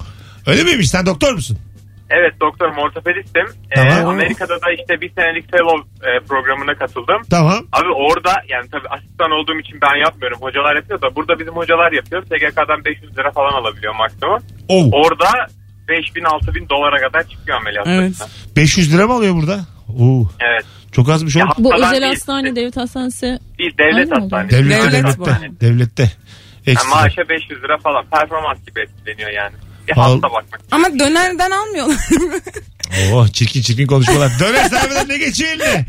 Speaker 2: Öyle miymiş? Sen doktor musun?
Speaker 7: Evet doktorum ortopedistim. Ee,
Speaker 2: Tamam.
Speaker 7: Amerika'da da işte bir senelik fellow e, programına katıldım.
Speaker 2: Tamam.
Speaker 7: Abi orada yani tabii asistan olduğum için ben yapmıyorum. Hocalar yapıyor da burada bizim hocalar yapıyor. SGK'dan 500 lira falan alabiliyor maksimum.
Speaker 2: Oh.
Speaker 7: Orada 5000-6000 dolara kadar çıkıyor ameliyat.
Speaker 3: Evet.
Speaker 2: 500 lira mı alıyor burada? Oo.
Speaker 7: Evet.
Speaker 2: Çok azmış oğlum.
Speaker 4: Bu
Speaker 7: Haftadan
Speaker 4: özel
Speaker 7: bir-
Speaker 4: hastane, devlet hastanesi.
Speaker 7: Bir devlet
Speaker 4: Aynen.
Speaker 7: hastanesi.
Speaker 2: Devlet,
Speaker 3: Devlet
Speaker 2: devlette.
Speaker 7: hani.
Speaker 3: bu.
Speaker 2: Devlette.
Speaker 7: Yani
Speaker 2: Ekstra.
Speaker 7: maaşa 500 lira falan performans gibi etkileniyor yani. Bir
Speaker 2: Al-
Speaker 7: hasta bakmak.
Speaker 3: Ama dönerden almıyorlar.
Speaker 2: Oh çirkin çirkin konuşmalar. Döner sahibinden ne geçiyor eline?
Speaker 7: Yani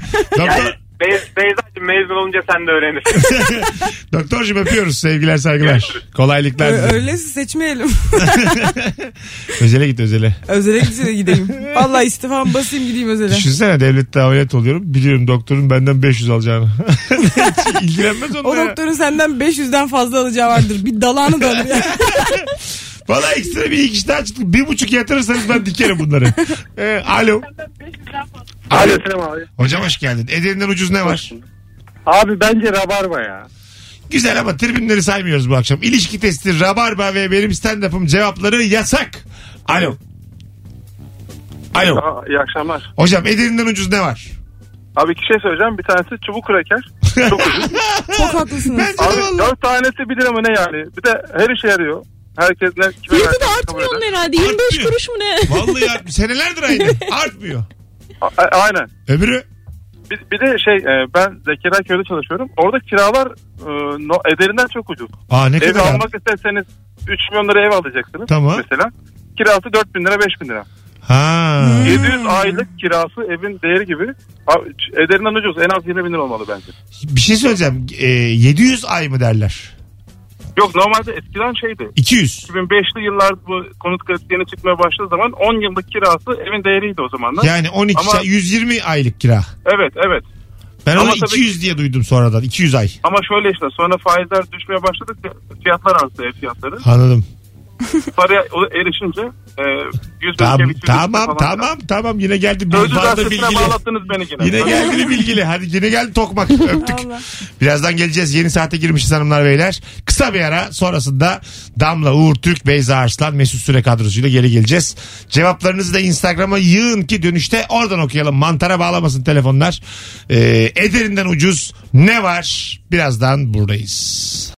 Speaker 2: Doktor,
Speaker 7: Be- Beyza'cığım mezun olunca sen de öğrenirsin.
Speaker 2: doktorcum öpüyoruz. Sevgiler saygılar. Kolaylıklar
Speaker 3: Ö-
Speaker 2: dilerim.
Speaker 3: öyle seçmeyelim.
Speaker 2: Özele git özele.
Speaker 3: Özele gitse de gideyim. Valla istifam basayım gideyim özele.
Speaker 2: Düşünsene devlette ameliyat oluyorum. Biliyorum doktorun benden 500 alacağını. Hiç İlgilenmez
Speaker 3: O
Speaker 2: onunla ya.
Speaker 3: doktorun senden 500'den fazla alacağı vardır. Bir dalağını döndür. ya.
Speaker 2: Valla ekstra bir iki tane açtık. Bir buçuk yatırırsanız ben dikerim bunları. Ee, alo.
Speaker 11: Alo selam abi.
Speaker 2: Hocam hoş geldin. Ederinden ucuz ne var?
Speaker 11: Abi bence rabarba ya.
Speaker 2: Güzel ama tribünleri saymıyoruz bu akşam. İlişki testi, rabarba ve benim stand-up'ım cevapları yasak. Alo. Alo.
Speaker 11: iyi akşamlar.
Speaker 2: Hocam ederinden ucuz ne var?
Speaker 11: Abi iki şey söyleyeceğim. Bir tanesi çubuk kraker.
Speaker 3: Çok haklısınız.
Speaker 2: Bence de
Speaker 11: Abi
Speaker 2: vallahi.
Speaker 11: dört tanesi bir lira mı ne yani? Bir de her işe yarıyor. Herkes ne? Kime
Speaker 4: Fiyatı da
Speaker 11: verdiğini kabul
Speaker 4: artmıyor
Speaker 11: eder.
Speaker 4: onun herhalde. 25
Speaker 2: Artmıyor.
Speaker 4: kuruş mu ne?
Speaker 2: Vallahi art- senelerdir aynı. Artmıyor.
Speaker 11: A- a- Aynen.
Speaker 2: Öbürü
Speaker 5: Bir, bir de şey e, ben Zekeriyaköy'de çalışıyorum. Orada kiralar e, no, ederinden çok ucuz.
Speaker 2: Aa, ne
Speaker 5: ev
Speaker 2: kadar abi?
Speaker 5: almak isterseniz 3 milyon lira ev alacaksınız
Speaker 2: Tamam.
Speaker 5: mesela. Kirası 4 bin lira 5 bin lira.
Speaker 2: Ha.
Speaker 5: 700 aylık kirası evin değeri gibi. Abi, ederinden ucuz en az 20 bin lira olmalı bence.
Speaker 2: Bir şey söyleyeceğim. Ee, 700 ay mı derler?
Speaker 5: Yok normalde eskiden şey şeydi.
Speaker 2: 200.
Speaker 5: 2005'li yıllarda bu konut kredisi yeni çıkmaya başladığı zaman 10 yıllık kirası evin değeriydi o zamanlar.
Speaker 2: Yani 12
Speaker 5: Ama,
Speaker 2: ay- 120 aylık kira.
Speaker 5: Evet evet.
Speaker 2: Ben onu
Speaker 5: Ama tabii-
Speaker 2: 200 diye duydum sonradan. 200 ay.
Speaker 5: Ama şöyle işte sonra faizler düşmeye başladı. Fiyatlar arttı ev fiyatları.
Speaker 2: Anladım.
Speaker 5: Paraya erişince e, 100 bin
Speaker 2: Tamam
Speaker 5: kere 200 bin
Speaker 2: tamam
Speaker 5: falan.
Speaker 2: tamam tamam yine geldi bir
Speaker 5: Sözlü
Speaker 2: fazla
Speaker 5: gazetesine
Speaker 2: bilgili.
Speaker 5: bağlattınız beni yine.
Speaker 2: Yine geldi bir bilgili. Hadi yine geldi tokmak. Öptük. Birazdan geleceğiz. Yeni saate girmişiz hanımlar beyler. Kısa bir ara sonrasında Damla, Uğur Türk, Beyza Arslan, Mesut Süre kadrosuyla geri geleceğiz. Cevaplarınızı da Instagram'a yığın ki dönüşte oradan okuyalım. Mantara bağlamasın telefonlar. Ee, ederinden ucuz ne var? Birazdan buradayız.